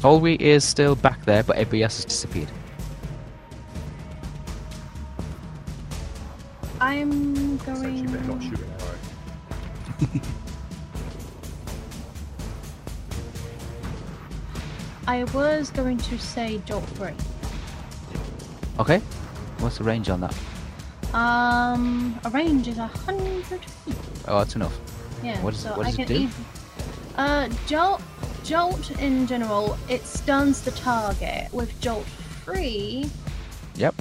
Holby is still back there, but everybody else has disappeared. I'm So she better not going. shoot an arrow. I was going to say jolt three. Okay. What's the range on that? Um, a range is a hundred feet. Oh, that's enough. Yeah, What does- so what I does it can do? eas- uh, jolt, jolt in general, it stuns the target. With jolt three, Yep.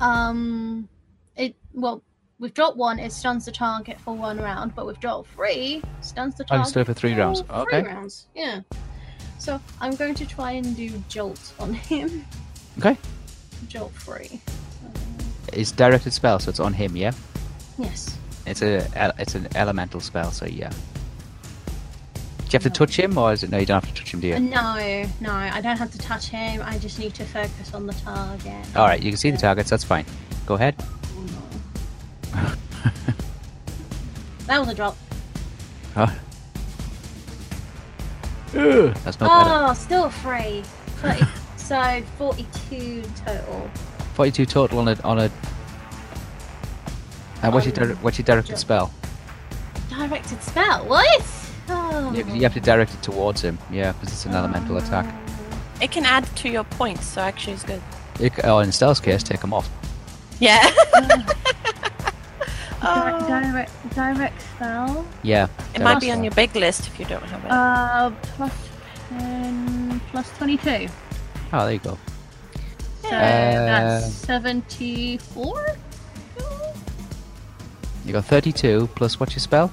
um, it well. With jolt one, it stuns the target for one round, but with jolt three, stuns the I'm target still for three rounds. for Okay. three rounds. Yeah. So I'm going to try and do jolt on him. Okay. Jolt three. It's directed spell, so it's on him. Yeah. Yes. It's a el- it's an elemental spell, so yeah. Do you have to touch him, or is it no? You don't have to touch him, do you? Uh, No, no, I don't have to touch him. I just need to focus on the target. All right, you can see the targets. That's fine. Go ahead. That was a drop. Huh? Ugh, That's not better. Oh, still three. 30, so 42 total. Uh. 42 total on a. On a and what's your, Um, dir- what's your directed ju- spell? Directed spell, what? Oh. You, you have to direct it towards him, yeah, because it's an elemental attack. It can add to your points, so actually it's good. You c- oh, in Stella's case, take him off. Yeah. Direct, Oh. direct, direct spell. Yeah. It direct might be on spell. your big list if you don't have it. Uh, plus 10, plus 22. Oh, there you go. So Uh, that's 74? You got 32 plus what's your spell?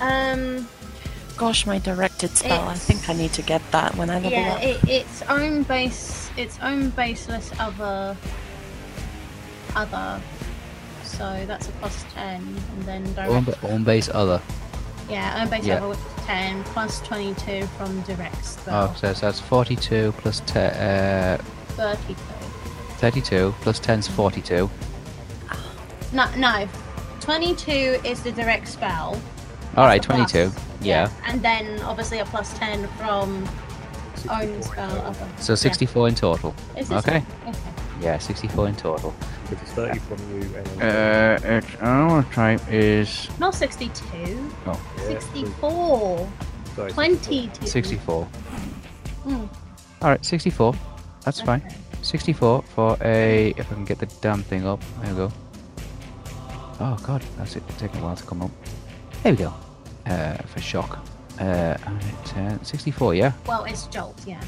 Um, Oh, Gosh, my directed spell. I It's- think I need to get that when I level yeah, up. it, its own base, its own baseless other, other. So that's a plus 10, and then direct. On, ba- on base other. yeah, own base yeah. other, which is 10, plus 22 from direct spell. Oh, so, so that's 42 plus te- uh, 32. 32 plus 10's 42. No, no. 22 is the direct spell. Alright, That's a 22. plus. Yeah. And then obviously a plus 10 from 64 own spell other. So 64 in total. Yeah. Is it Okay. 60? Okay. Yeah, 64 in total. If it's 30 from you and then Uh, it's our type is Not 62. Oh. Yeah, 64. sorry, 22. 64. Mm. All right, 64. That's fine. Okay. 64 for a. If I can get the damn thing up, there we go. Oh god, that's it. Taking a while to come up. There we go. Uh, for shock. Uh, and it, uh, 64. Yeah, Well, it's Jolt, yeah.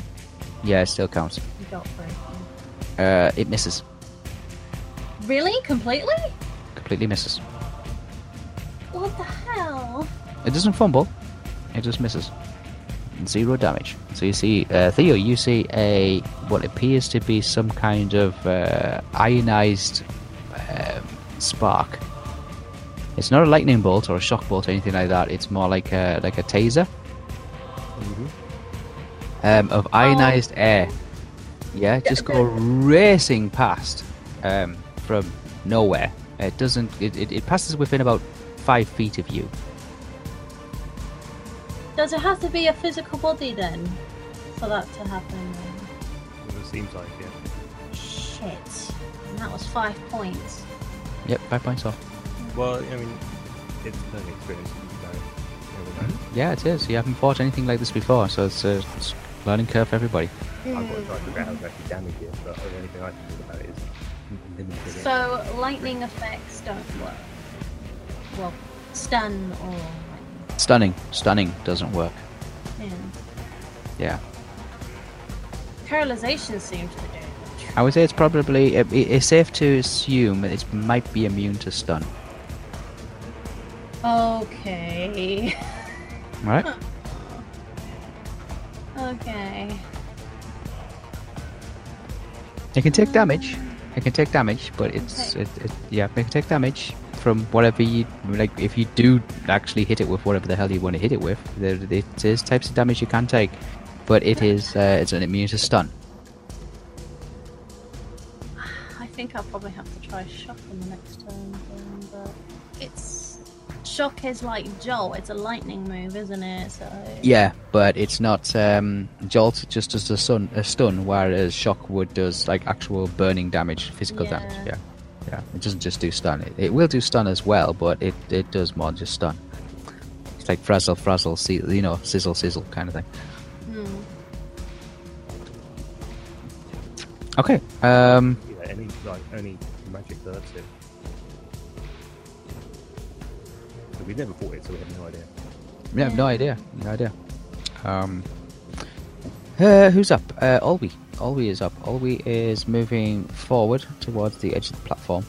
yeah, it still counts. You Jolt for it. Uh, it misses. Really? Completely? Completely misses. What the hell? It doesn't fumble. It just misses. Zero damage. So you see, uh, Theo, you see a what appears to be some kind of uh, ionized um, spark. It's not a lightning bolt or a shock bolt or anything like that. It's more like a like a taser Mm-hmm. um, of ionized air. Yeah, just go racing past um, from nowhere. It doesn't. It, it, it passes within about five feet of you. Does it have to be a physical body then for that to happen? It seems like it. Shit. And that was five points. Yep, five points off. Well, I mean, it's an experience. you know, never know. Yeah, it is. You haven't fought anything like this before, so it's a it's a learning curve for everybody. I've got to try to figure out how to actually damage it, but the only thing I can do about it is limited it. So lightning effects don't work. Well, stun or lightning. Stunning, stunning doesn't work. Yeah. Yeah, Paralyzation seems to do. I would say it's probably it, it- it's safe to assume that it might be immune to stun. Okay. Right? Okay. It can take damage. It can take damage, but it's Okay. it, it, yeah, it can take damage from whatever you like. If you do actually hit it with whatever the hell you want to hit it with, there it is types of damage you can take, but it is uh, it's an immune to stun. I think I'll probably have to try shock on the next turn, then, but it's shock is like jolt. It's a lightning move, isn't it? So Yeah, but it's not um, jolt just as a stun, a stun, whereas shockwood does like actual burning damage, physical Yeah. damage. Yeah, yeah. It doesn't just do stun. It, it will do stun as well, but it, it does more than just stun. It's like frazzle, frazzle, see, you know, sizzle, sizzle kind of thing. Hmm. Okay. Um, Yeah, any like any magic hurts it. But we never fought it, so we have no idea. yeah, no idea. No idea. Um, uh, who's up? Uh, Olwe. Olwe is up. Olwe is moving forward towards the edge of the platform.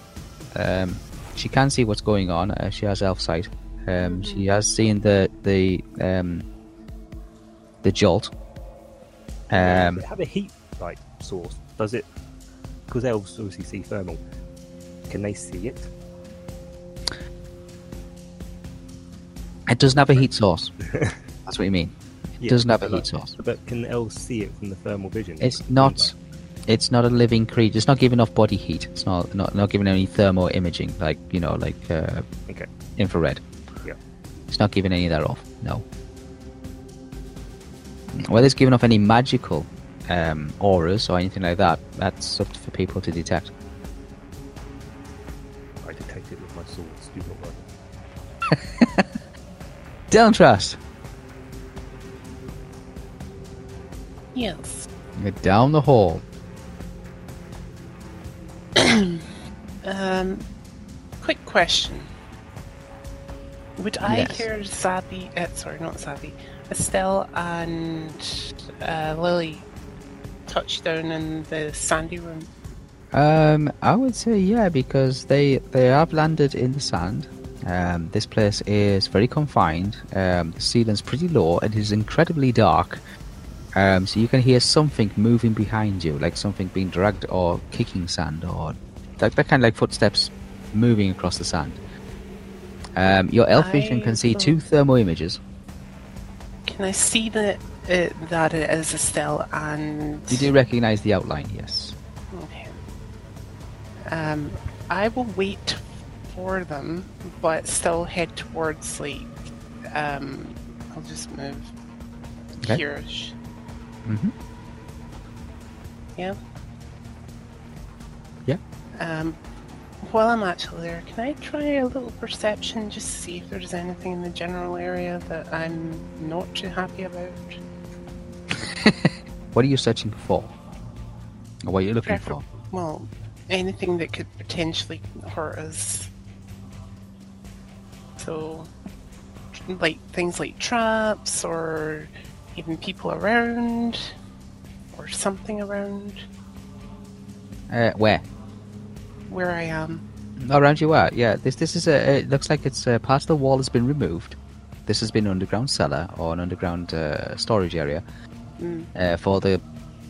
Um, she can see what's going on. Uh, she has elf sight. Um, she Hmm. has seen the the um, the jolt. Does Um, it have a heat like source? Does it? Because elves obviously see thermal. Can they see it? it doesn't have a heat source. That's what you mean. It Yeah, doesn't have a but, like, heat source. But can elves see it from the thermal vision? It's not. It's not a living creature. It's not giving off body heat. It's not not, not giving any thermal imaging, like you know, like uh, Okay. infrared. Yeah. It's not giving any of that off. No. Whether it's giving off any magical um, auras or anything like that, that's up for people to detect. I detect it with my sword. Do not worry. Don't trust. Yes. You're down the hall. Um, quick question. Would I Yes. hear Zabi, uh, sorry, not Zabi, Estelle and uh, Lily touch down in the sandy room? Um, I would say yeah, because they they have landed in the sand. Um, this place is very confined. Um, the ceiling's pretty low. It is incredibly dark. Um, so you can hear something moving behind you, like something being dragged or kicking sand, or like that kind of like footsteps moving across the sand. Um, your elf vision I can see thought- two thermal images. Can I see that it, that it is Estelle and. You do recognize the outline, yes. Okay. Um, I will wait for them, but still head towards like. Um, I'll just move Okay. here. hmm Yeah. Yeah. Um, while I'm actually there, can I try a little perception just to see if there's anything in the general area that I'm not too happy about? What are you searching for? Or what are you looking Prefer- for? Well, anything that could potentially hurt us. So, tr- like things like traps or even people around or something around Uh, where? where I um, am. Around you are, yeah. This this is a. It looks like it's uh, part of the wall has been removed. This has been an underground cellar or an underground uh, storage area uh, for the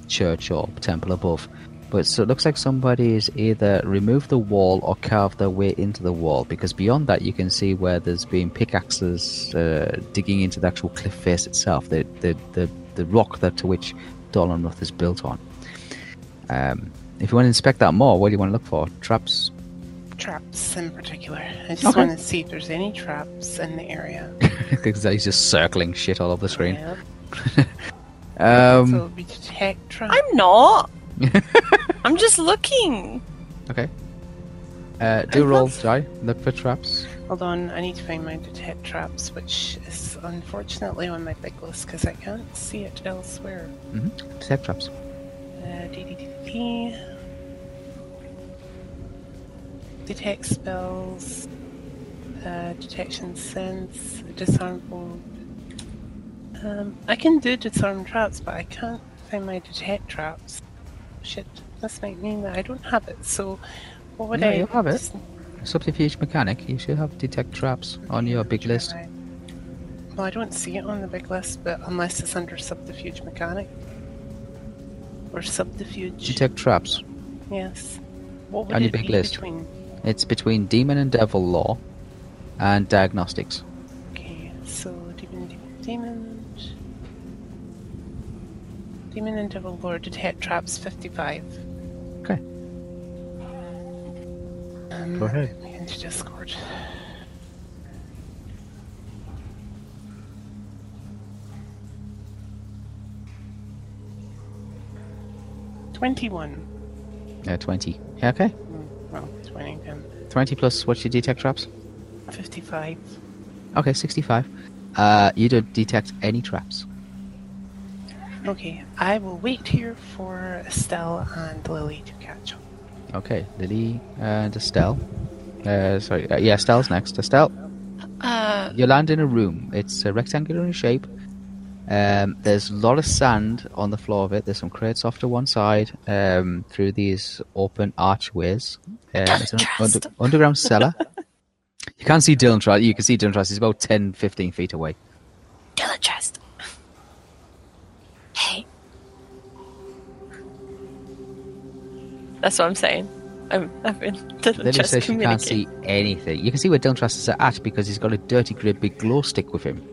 church or temple above. But so it looks like somebody has either removed the wall or carved their way into the wall because beyond that you can see where there's been pickaxes uh, digging into the actual cliff face itself, the the, the, the rock that to which Dolanruth is built on. Um, if you want to inspect that more, what do you want to look for? Traps, Traps in particular. I just Okay. want to see if there's any traps in the area. because he's just circling shit all over the screen. Yeah. so Um, it'll be detect traps. I'm not. I'm just looking. okay. Uh, do I'm roll not- die. Look for traps. Hold on, I need to find my detect traps, which is unfortunately on my big list because I can't see it elsewhere. Detect traps. Uh, DDDP. Detect spells. Uh, detection sense. Disarmable. Um, I can do disarm traps, but I can't find my detect traps. Shit, this might mean that I don't have it. So, what would No, I? you have it. just- Subterfuge mechanic. You should have detect traps on your big list. Right. Well, I don't see it on the big list, but unless it's under subterfuge mechanic or subterfuge. Detect traps. Yes. What would On your it big be list. between? It's between demon and devil law, and diagnostics. Okay, so demon, demon, demon, demon, and devil lord detect traps fifty-five. Okay. Um, Go ahead. let me Into Discord. Twenty-one. Uh, Twenty. Yeah, okay. Well, twenty then. Twenty plus what's your detect traps? Fifty-five. Okay, sixty-five. Uh, you don't detect any traps. Okay, I will wait here for Estelle and Lily to catch up. Okay, Lily and Estelle. Uh, sorry, uh, yeah, Estelle's next. Estelle, Uh, you land in a room. It's uh, rectangular in shape. Um, there's a lot of sand on the floor of it. There's some crates off to one side um, through these open archways. Um, it's an under- trust. underground cellar. you can't see Dylan Truss. You can see Dylan Truss. He's about 10, 15 feet away. Dylan chest. Hey. That's what I'm saying. I'm, I'm in Dylan Lily chest says she can't see communicate. anything. You can see where Dylan Truss is at because he's got a dirty, great big glow stick with him.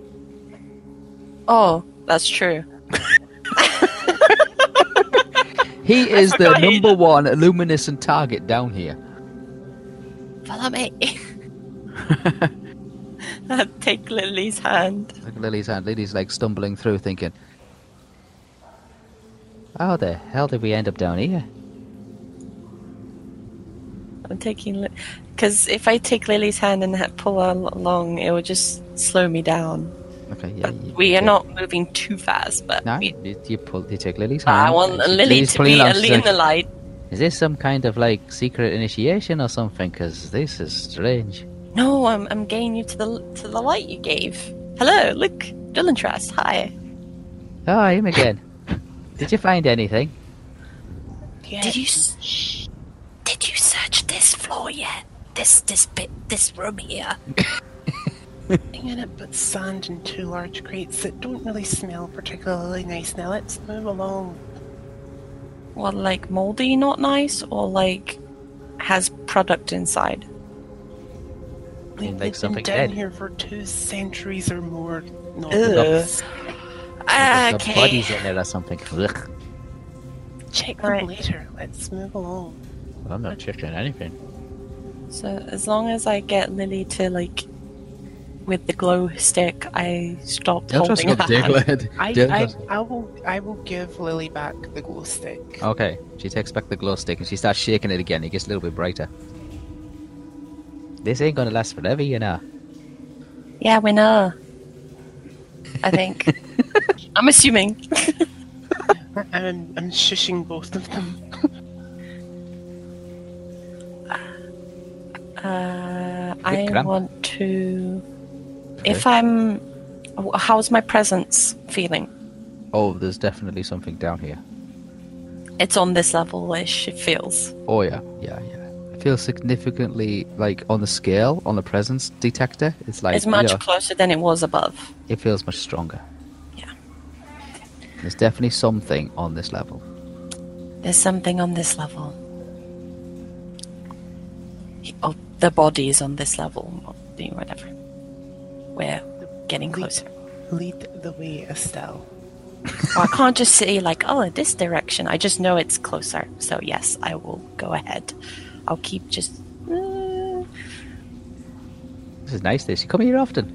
Oh, that's true. He is the forgot he- number one luminescent target down here. Follow me. I take Lily's hand. Look at Lily's hand. Lily's like stumbling through, thinking, "How the hell did we end up down here?" I'm taking because if I take Lily's hand and ha- pull her al- along, it will just slow me down. Okay, yeah, But you- we you- are not moving too fast, but No, we, you, you pull. You take Lily's hand. I want and she- Lily Lily's to pulling be along, a she's Lily in like, the light. Is this some kind of like secret initiation or something? Because this is strange. No, I'm I'm getting you to the l- to the light you gave. Hello, look, Dylan Trask. Hi. Oh, him again. Did you find anything? Yeah. Did you s- did you search this floor yet? This this bit this room here. Nothing in it but sand and two large crates that don't really smell particularly nice. Now let's move along. Well, like moldy, not nice, or like has product inside. They, like have been something down dead. here for two centuries or more. No, Ugh. There's got Ah, Okay. bodies in there or something. Ugh. check them Alright. later. Let's move along. I'm not checking anything. So as long as I get Lily to like with the glow stick, I stop holding her hand. I, Dylan I, Truss- I will, I will give Lily back the glow stick. Okay, she takes back the glow stick and she starts shaking it again. It gets a little bit brighter. This ain't gonna last forever, you know. Yeah, we know. I think. I'm assuming. I'm, I'm shushing both of them. Uh, I cramp. want to. If I'm, wh- how's my presence feeling? Oh, there's definitely something down here. It's on this level-ish. It feels. Oh yeah, yeah, yeah. feels significantly like on the scale on the presence detector. It's like it's much you know, closer than it was above. it feels much stronger. Yeah. There's definitely something on this level. There's something on this level. Oh, the body is on this level, or the- whatever. We're getting closer. Lead the way, Estelle. I can't just say like, oh, in this direction. I just know it's closer. So yes, I will go ahead. I'll keep just. Uh, This is nice. This you come here often.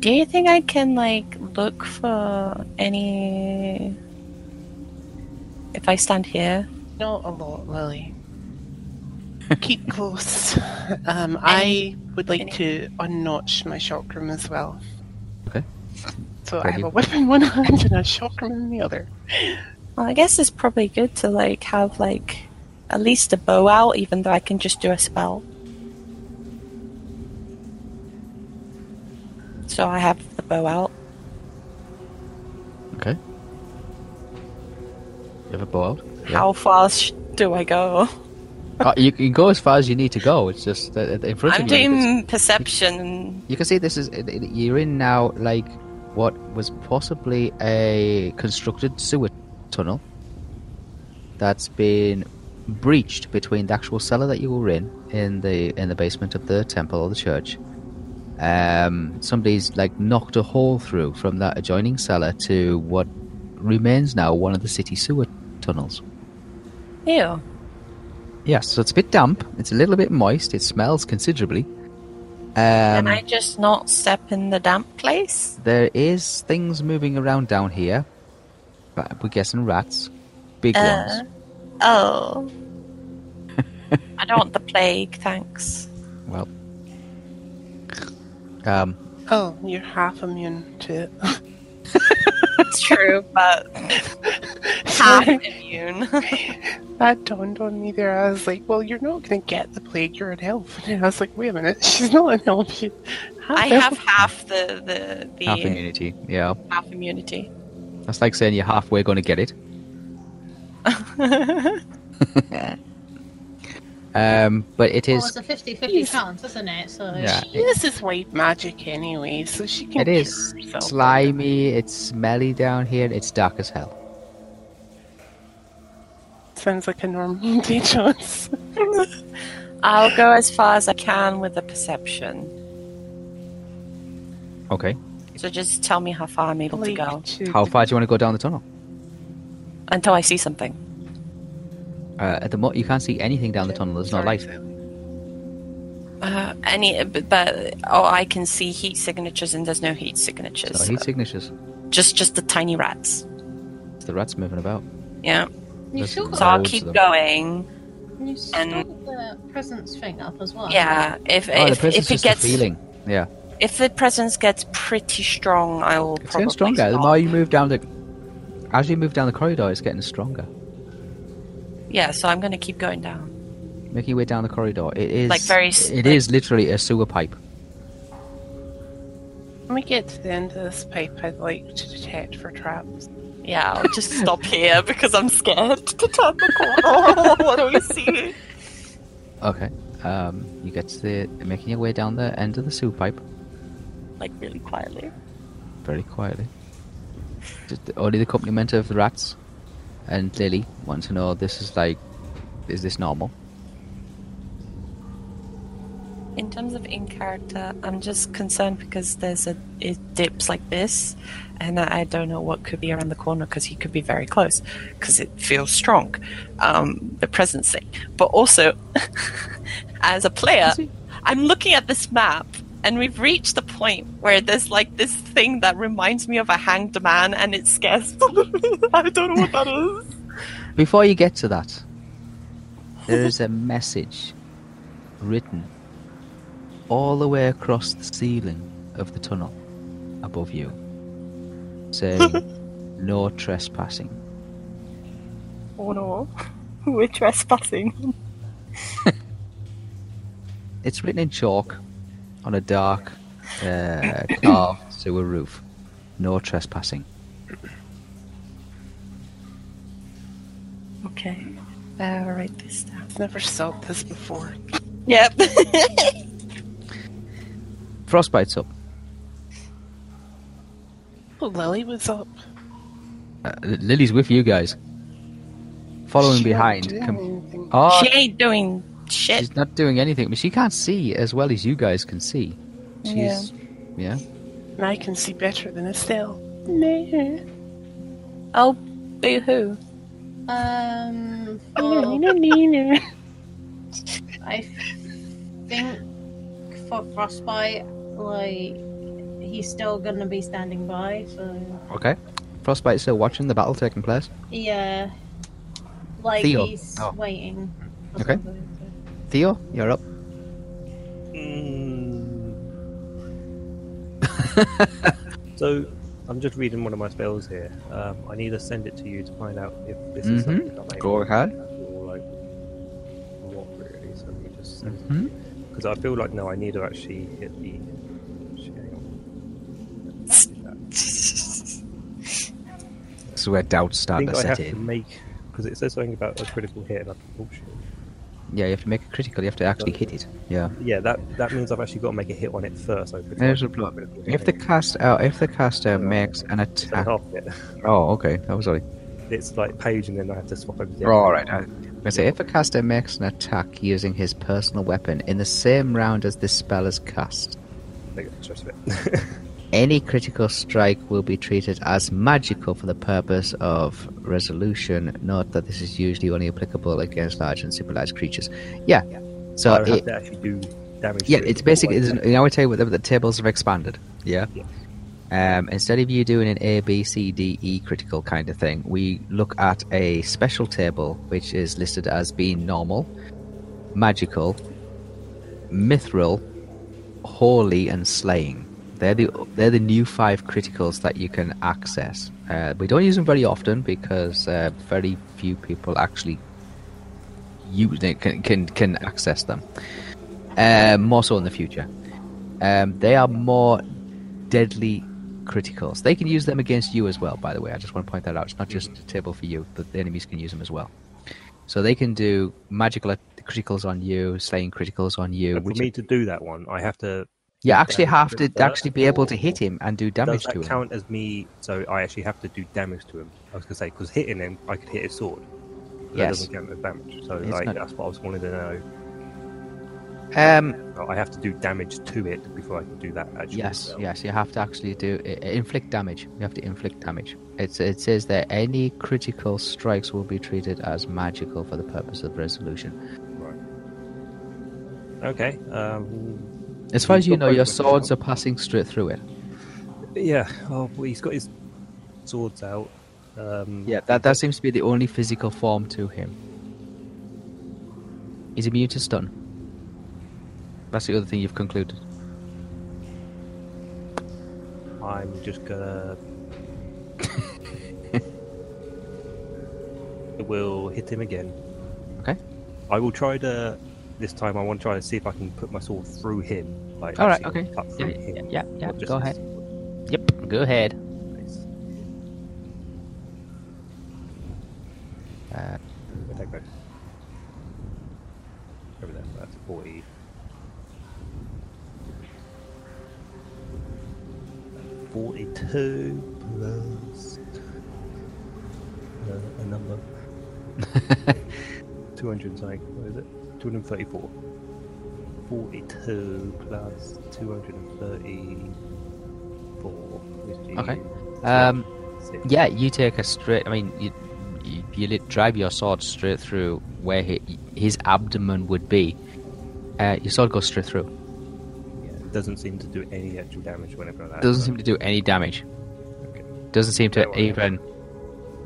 do you think I can like look for any? If I stand here, Not a lot, oh, Lily. Keep close. Um, I would like to unnotch my chakram as well. Okay. So I Ready? have a whip in one hand and a chakram in the other. well, I guess it's probably good to like have like at least a bow out, even though I can just do a spell. So I have the bow out. Okay. You have a bow out? How fast sh- do I go? Uh, you can go as far as you need to go. It's just that in front I'm of you. it's- doing perception. You can see this is it- it- you're in now like what was possibly a constructed sewer tunnel that's been breached between the actual cellar that you were in in the in the basement of the temple or the church. Um, somebody's like knocked a hole through from that adjoining cellar to what remains now one of the city sewer tunnels. Ew. Yes, so it's a bit damp. It's a little bit moist. It smells considerably. Um, Can I just not step in the damp place? There is things moving around down here. But we're guessing rats. Big Uh, ones. oh. I don't want the plague, thanks. Well. Um, Oh, you're half immune to it. It's true, but half immune. That dawned on me there. I was like, well, you're not going to get the plague. You're an elf. And I was like, wait a minute. She's not an elf. She's half I elf. have half the the, the half immunity. Yeah. half immunity. That's like saying you're halfway going to get it. um, but it Well, is. Oh, it's a 50 50 chance, isn't it? So Yeah. It, This is white magic anyway, so she can. it cure is herself. slimy. It's smelly down here. and It's dark as hell. Sounds like a normal day, Jones. I'll go as far as I can with the perception. Okay. So just tell me how far I'm able to go How far do you want to go down the tunnel? until I see something. Uh, at the moment, you can't see anything down the tunnel. There's no light. Uh, any, but, but oh, I can see heat signatures, and there's no heat signatures. So heat signatures. just just the tiny rats. It's the rats moving about. Yeah. you That's still all. So got, I'll Loads keep of them. going. you still got the presence thing up as well. Yeah. If oh, the if, presence if it is just gets a feeling. Yeah. if the presence gets pretty strong, I will It's probably getting stronger. The stop. more you move down the, as you move down the corridor, it's getting stronger. Yeah. So I'm gonna keep going down. Making your way down the corridor, it is Like very It s- is like- literally a sewer pipe. When we get to the end of this pipe, I'd like to detect for traps. Yeah. I'll just stop here because I'm scared to turn the corner. what do we see? Okay. Um, you get to the making your way down the end of the sewer pipe Like really quietly. very quietly. Just the- only the accompaniment of the rats, and Lily want to know this is like, is this normal? In terms of in character, I'm just concerned because there's a it dips like this, and I I don't know what could be around the corner because he could be very close because it feels strong, um, the presence thing. But also, as a player, I'm looking at this map, and we've reached the point where there's like this thing that reminds me of a hanged man, and it scares me. I don't know what that is. Before you get to that, there is a message written all the way across the ceiling of the tunnel above you saying, No trespassing. Oh no, we're trespassing. It's written in chalk on a dark, uh, carved sewer roof. No trespassing. Okay. Uh, write this down. I've never solved this before. Yep. Frostbite's up. Oh, Lily was up. Uh, L- Lily's with you guys. Following She don't behind. do com- anything. oh, she ain't doing shit. she's not doing anything. I mean, she can't see as well as you guys can see. She's. Yeah. And I can see better than Estelle. No. Oh, boo hoo. Um, well, no. I think for frostbite, like he's still gonna be standing by. So Okay. Frostbite's still watching the battle taking place. yeah, like Theo. he's Oh. waiting. for Okay. something, so- Theo, you're up. Mm. so, I'm just reading one of my spells here. Um, I need to send it to you to find out if this Mhm. is something I'm able Go to ahead. handle or, like what really. So let me just send it. Hmm? Because I feel like no, I need to actually hit the. shit, hang on. This is where doubts I start think to I set have to in. make because it says something about a critical hit, and I think, oh shit. Yeah, you have to make it critical. You have to actually hit it. Yeah. Yeah, that that means I've actually got to make a hit on it first. I could- There's a block. critical If the hit. cast, uh, if the caster makes an It's only attack. half it. Oh, okay. That was only. It's like page, and then I have to swap everything. All right. I I say if a caster makes an attack using his personal weapon in the same round as this spell is cast, Make a choice of it. any critical strike will be treated as magical for the purpose of resolution. Note that this is usually only applicable against large and super large creatures. Yeah. So I don't it, have to actually do damage. Yeah, to it it's basically. before I It's, now I tell you what, the, the tables have expanded. Yeah. Yeah. Um, instead of you doing an A, B, C, D, E critical kind of thing, we look at a special table which is listed as being normal, magical, mithril, holy, and slaying. They're the they're the new five criticals that you can access. Uh, we don't use them very often because uh, very few people actually use they can can, can access them um, more so in the future. Um, they are more deadly criticals. They can use them against you as well, by the way. I just want to point that out. It's not just a table for you, but the enemies can use them as well. So they can do magical at- criticals on you, slaying criticals on you. But Which for me to do that one, I have to. you actually damage have to to it first, actually be able or to hit him and do Does damage that to him. count as me? So I actually have to do damage to him. I was gonna say because hitting him, I could hit his sword. That Yes. doesn't count as damage. So It's like not- that's what I was wanting to know. Um, So I have to do damage to it before I can do that. Actually, yes, yes, you have to actually do i- i- inflict damage. You have to inflict damage. It's, it says that any critical strikes will be treated as magical for the purpose of resolution. Okay. Um, As far as He's you know, got your both weapons swords are out. passing straight through it. yeah. Oh, well, he's got his swords out. Um, Yeah, that, that seems to be the only physical form to him. He's immune to stun. That's the other thing you've concluded. I'm just gonna. I will hit him again. Okay. I will try to. This time, I want to try to see if I can put my sword through him. Like, All right, actually okay. cut Yeah, through yeah, him, yeah, yeah, not just go his ahead. sword. Yep, go ahead. Uh, Where'd that go? Over there. That's forty. Forty-two plus uh, a number. Two hundred and something. What is it? Two hundred and thirty-four. Forty-two plus two hundred and thirty-four. Which Okay. is um, six. yeah, you take a straight. I mean, you you, you lit, drive your sword straight through where he, his abdomen would be. Uh, your sword goes straight through. Yeah, It doesn't seem to do any actual damage whenever that. Doesn't seem to do any damage. Doesn't seem Yeah, to well, yeah. even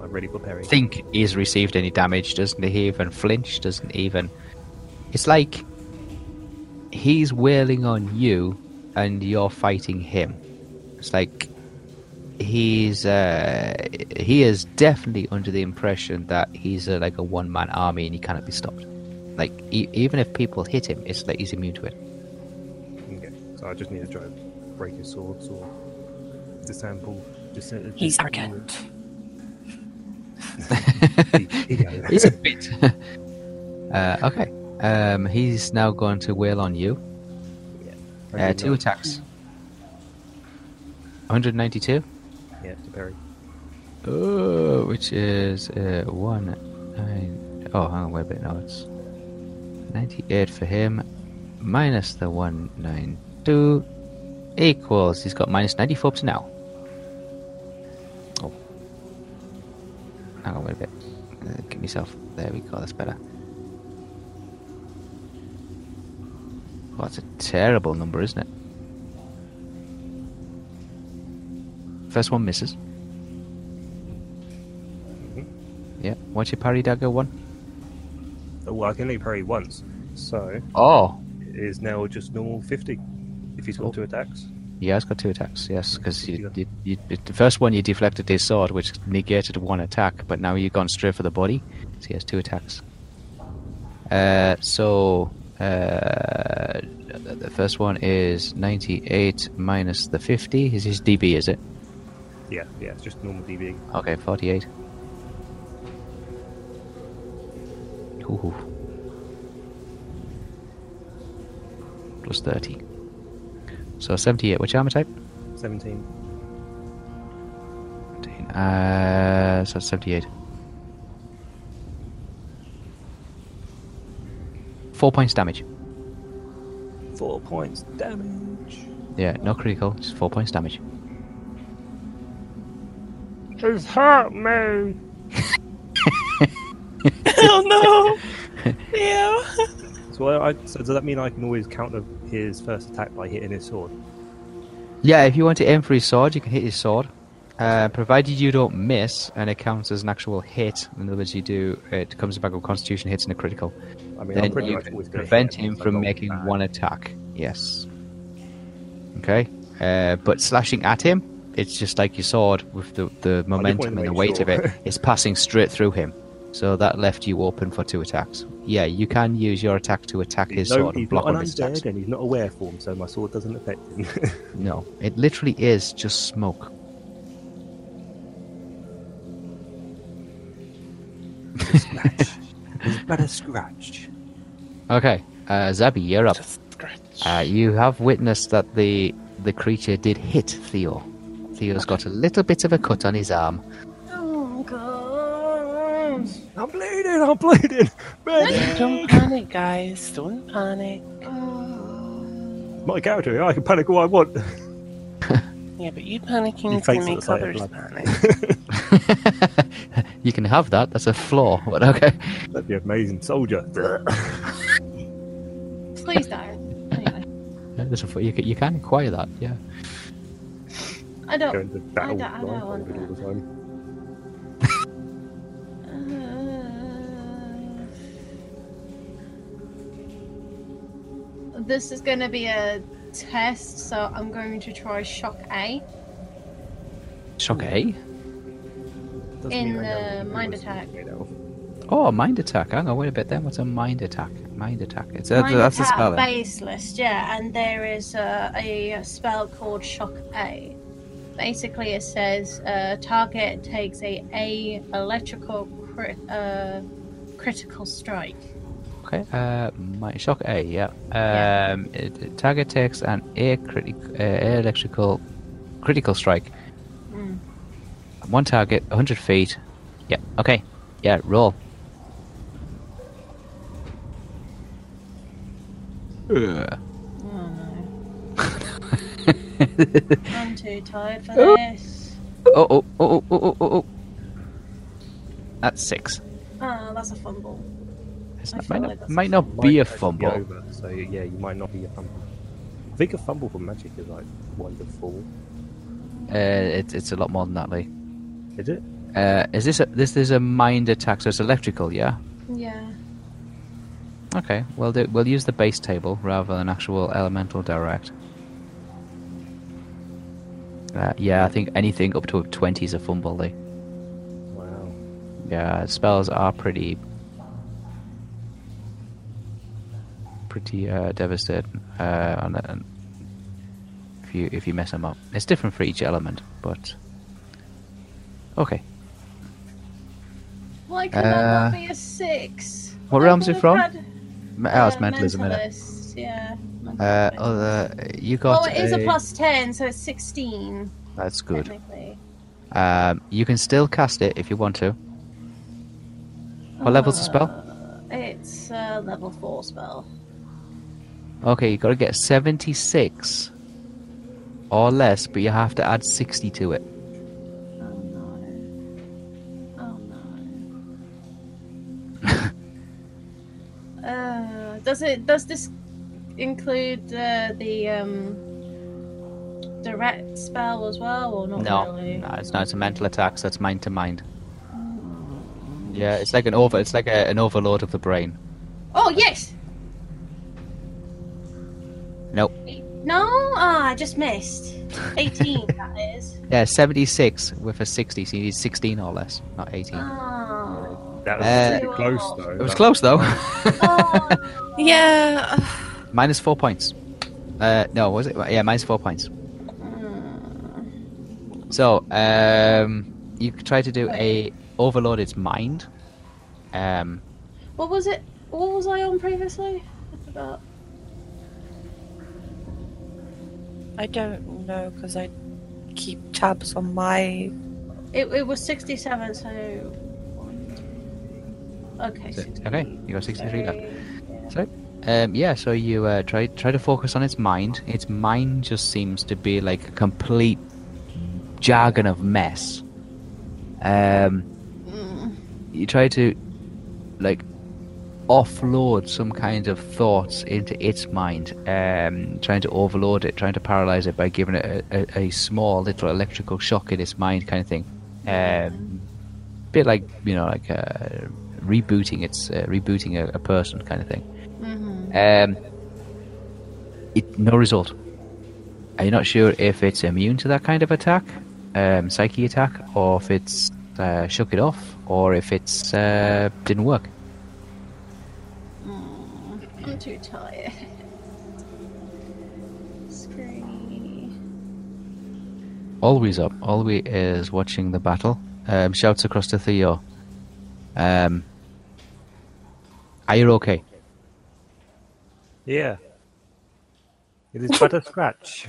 I'm ready for parry. think he's received any damage. Doesn't he even flinch? Doesn't even. It's like he's wailing on you, and you're fighting him. It's like he's uh, he is definitely under the impression that he's uh, like a one man army and he cannot be stopped. Like e- even if people hit him, it's like he's immune to it. Okay, so I just need to try and break his swords or disassemble. Dis- He's dis- arrogant. He's a bit. uh, okay. Um, he's now going to wail on you. Uh, two attacks. 192, Yeah, to parry. uh, which is uh, one nine oh hang on, wait a bit. No, it's 98 for him, minus the 192 equals. He's got minus 94 to now. Oh. Hang on, wait a bit. Uh, get myself. There we go, that's better. Well, that's a terrible number, isn't it? First one misses. Yeah, what's your parry dagger one? Oh, well, I can only parry once, so Oh, it is now just normal 50 if he's got Cool. two attacks. yeah, it's got two attacks, yes, because Yeah. you, you, you, the first one you deflected his sword, which negated one attack, but now you've gone straight for the body, so he has two attacks. Uh, so, uh, the the first one is 98 minus the 50, is his DB, is it? Yeah, yeah, it's just normal DB. Okay, 48. Ooh. Plus 30. So 78. Which armor type? 17. 17. Uh, so 78. Four points damage. Four points damage. Yeah, not critical, just four points damage. It's hurt me! oh no! Leo! So, I, I, so does that mean I can always counter his first attack by hitting his sword? Yeah, if you want to aim for his sword, you can hit his sword. Uh, provided you don't miss and it counts as an actual hit, in other words, you do it comes back with Constitution hits and a critical. I mean, I'm then pretty you much can always gonna hit prevent him so I from don't making attack. one attack. Yes. Okay. Uh, but slashing at him, it's just like your sword with the, the momentum wanted and to the make weight of sure. it. It's passing straight through him. So that left you open for two attacks. Yeah, you can use your attack to attack his no, sword and he's block one not of an his attacks. undead and he's not aware form, so my sword doesn't affect him. No, it literally is just smoke. It's but a scratch. Okay, uh, Zabi, you're up. Just scratch. Uh, you have witnessed that the the creature did hit Theo. Theo's got a little bit of a cut on his arm. Oh god! I'm bleeding, I'm bleeding! Man, Don't panic, guys. Don't panic. my character, here, I can panic all I want. Yeah, but you panicking You is going face to it make with like a others blood. panic. you can have that. That's a flaw. But okay. That'd be amazing, soldier. Please don't. Anyway, That's a flaw. You can, you can acquire that. Yeah. I don't. Going to battle don't- I don't want blindfolded all the time. Uh, This is going to be a test, so I'm going to try shock A Shock A. Doesn't In, mean I know uh, what it mind was attack. made out of. Oh, mind attack. Hang on, wait a bit. Then what's a mind attack? Mind attack. It's uh, Mine that's the attack spell. then. base list, yeah, and there is uh, a spell called Shock A. Basically, it says uh, target takes a A electrical crit, uh, critical strike. Okay. Uh, my shock A. Yeah. Yeah. Um, it, it target takes an air critic, uh, air electrical, critical strike. Mm. One target, 100 feet. Yeah. Okay. Yeah. Roll. Ugh. Oh no, I'm too tired for this. Oh, oh, oh, oh, oh, oh, oh. That's six. Oh, that's a fumble. It's I not, feel might not, like that's might a not Might be a actually fumble. over, so yeah, you might not be a fumble. I think a fumble for magic is like one to four. Uh, it, it's a lot more than that, Lee. Is it? Uh, is this a, this is a mind attack? So it's electrical, yeah. Yeah. Okay, we'll do, we'll use the base table rather than actual elemental direct. Uh, yeah, I think anything up to a twenty is a fumble, Lee. Wow. Yeah, spells are pretty pretty uh, devastating. Uh, on, on, if you if you mess them up, it's different for each element, but okay. Why could that not Uh, be a six? what I realm's it would've from? had, Me- oh, uh, it's mental, isn't it? mentalists, Yeah. Uh, mentalist. oh, the- you got oh, it is a a- plus ten, so it's sixteen That's good. technically. Um, you can still cast it if you want to. What level's the spell? Uh, It's a level four spell. Uh. Okay, you got to get 76 or less, but you have to add 60 to it. Oh no. Oh no. uh, does it? Does this include uh, the um, direct spell as well, or not No, really? no, it's not. It's a mental attack, so it's mind to mind. Yeah, it's like an over. It's like a, an overload of the brain. Oh yes. Nope. No, ah, I just missed. Eighteen, that is. Yeah, 76 with a 60, so you need 16 or less, not 18. Oh. That was Uh, pretty close, though. it was close though. Oh. Yeah. minus four points. Uh, no, was it? Yeah, minus four points. Hmm. So, um, you could try to do a overload its mind. Um, What was it? What was I on previously? I forgot. I don't know because I keep tabs on my. It, it was 67, so. one, two- Okay. so- 63. okay, you got sixty-three left. Yeah. Um, yeah, so you uh, try try to focus on its mind. Its mind just seems to be like a complete jargon of mess. Um, you try to like offload some kind of thoughts into its mind, um, trying to overload it, trying to paralyze it by giving it a, a, a small little electrical shock in its mind, kind of thing. Um, bit like you know, like uh, rebooting its uh, rebooting a, a person, kind of thing. Um, it, no result. Are you not sure if it's immune to that kind of attack, um, psyche attack, or if it's uh, shook it off, or if it's uh, didn't work? I'm too tired. Screeny. Always up. Always is watching the battle. Um, shouts across to Theo. Um, are you okay? Yeah. It is but a scratch.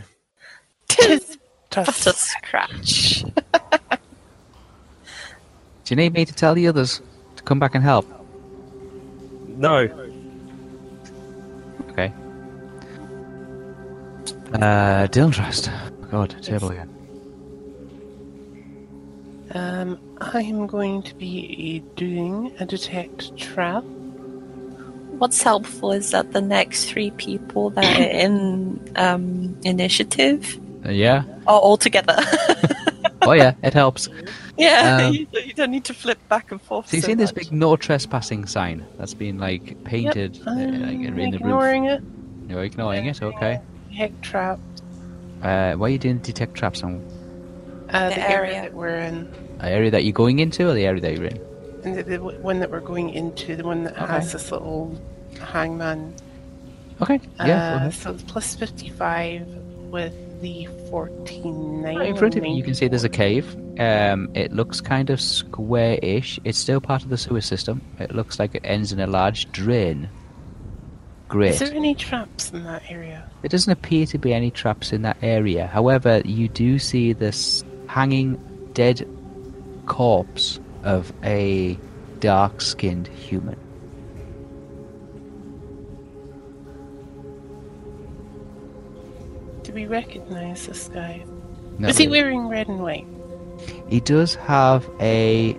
Tis but Just a scratch. Do you need me to tell the others to come back and help? No. Okay. Uh, Dylan Trust. God, table again. Um, I am going to be doing a detect trap. What's helpful is that the next three people that are in um, initiative Uh, yeah. are all together. Oh yeah, it helps. yeah, Um, you, you don't need to flip back and forth. So you've Uh, so seen this much. big no trespassing sign that's been like painted uh, like, I'm in the roof. Mm, ignoring it. You're ignoring it, okay. Heck trap. Uh, why are you doing detect traps on Uh, The the, area. area. that we're in, the area that you're going into or the area that you're in? and the, the one that we're going into, the one that Okay. has this little hangman. Okay, yeah. go uh, ahead. so it's plus fifty-five with the fourteen nine. Right in front of you, you can see there's a cave. Um, it looks kind of square-ish. It's still part of the sewer system. It looks like it ends in a large drain. Great. Is there any traps in that area? There doesn't appear to be any traps in that area. However, you do see this hanging dead corpse of a dark skinned human. Do we recognize this guy? No, Is he wearing red and white? he does have a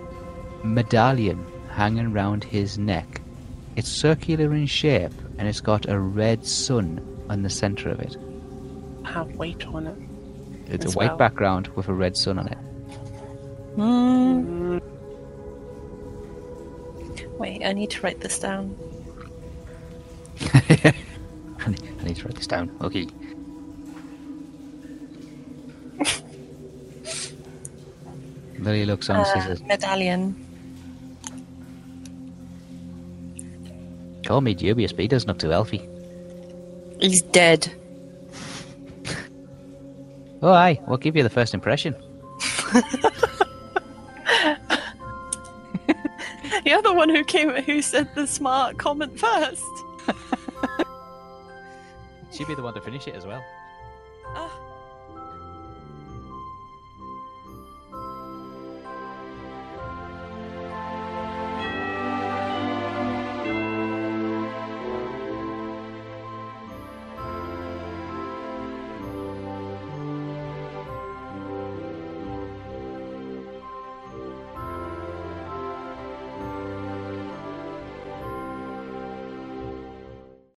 medallion hanging round his neck. It's circular in shape and it's got a red sun on the center of it. Have white on it. It's As a white well. background with a red sun on it. Hmm. Wait, I need to write this down. I need- I need to write this down. Okay. Lily looks on and Uh, says, medallion. Call me dubious, but he doesn't look too healthy. He's dead. Oh, aye, we'll give you the first impression. the one who came who said the smart comment first. She'd be the one to finish it as well. Ah,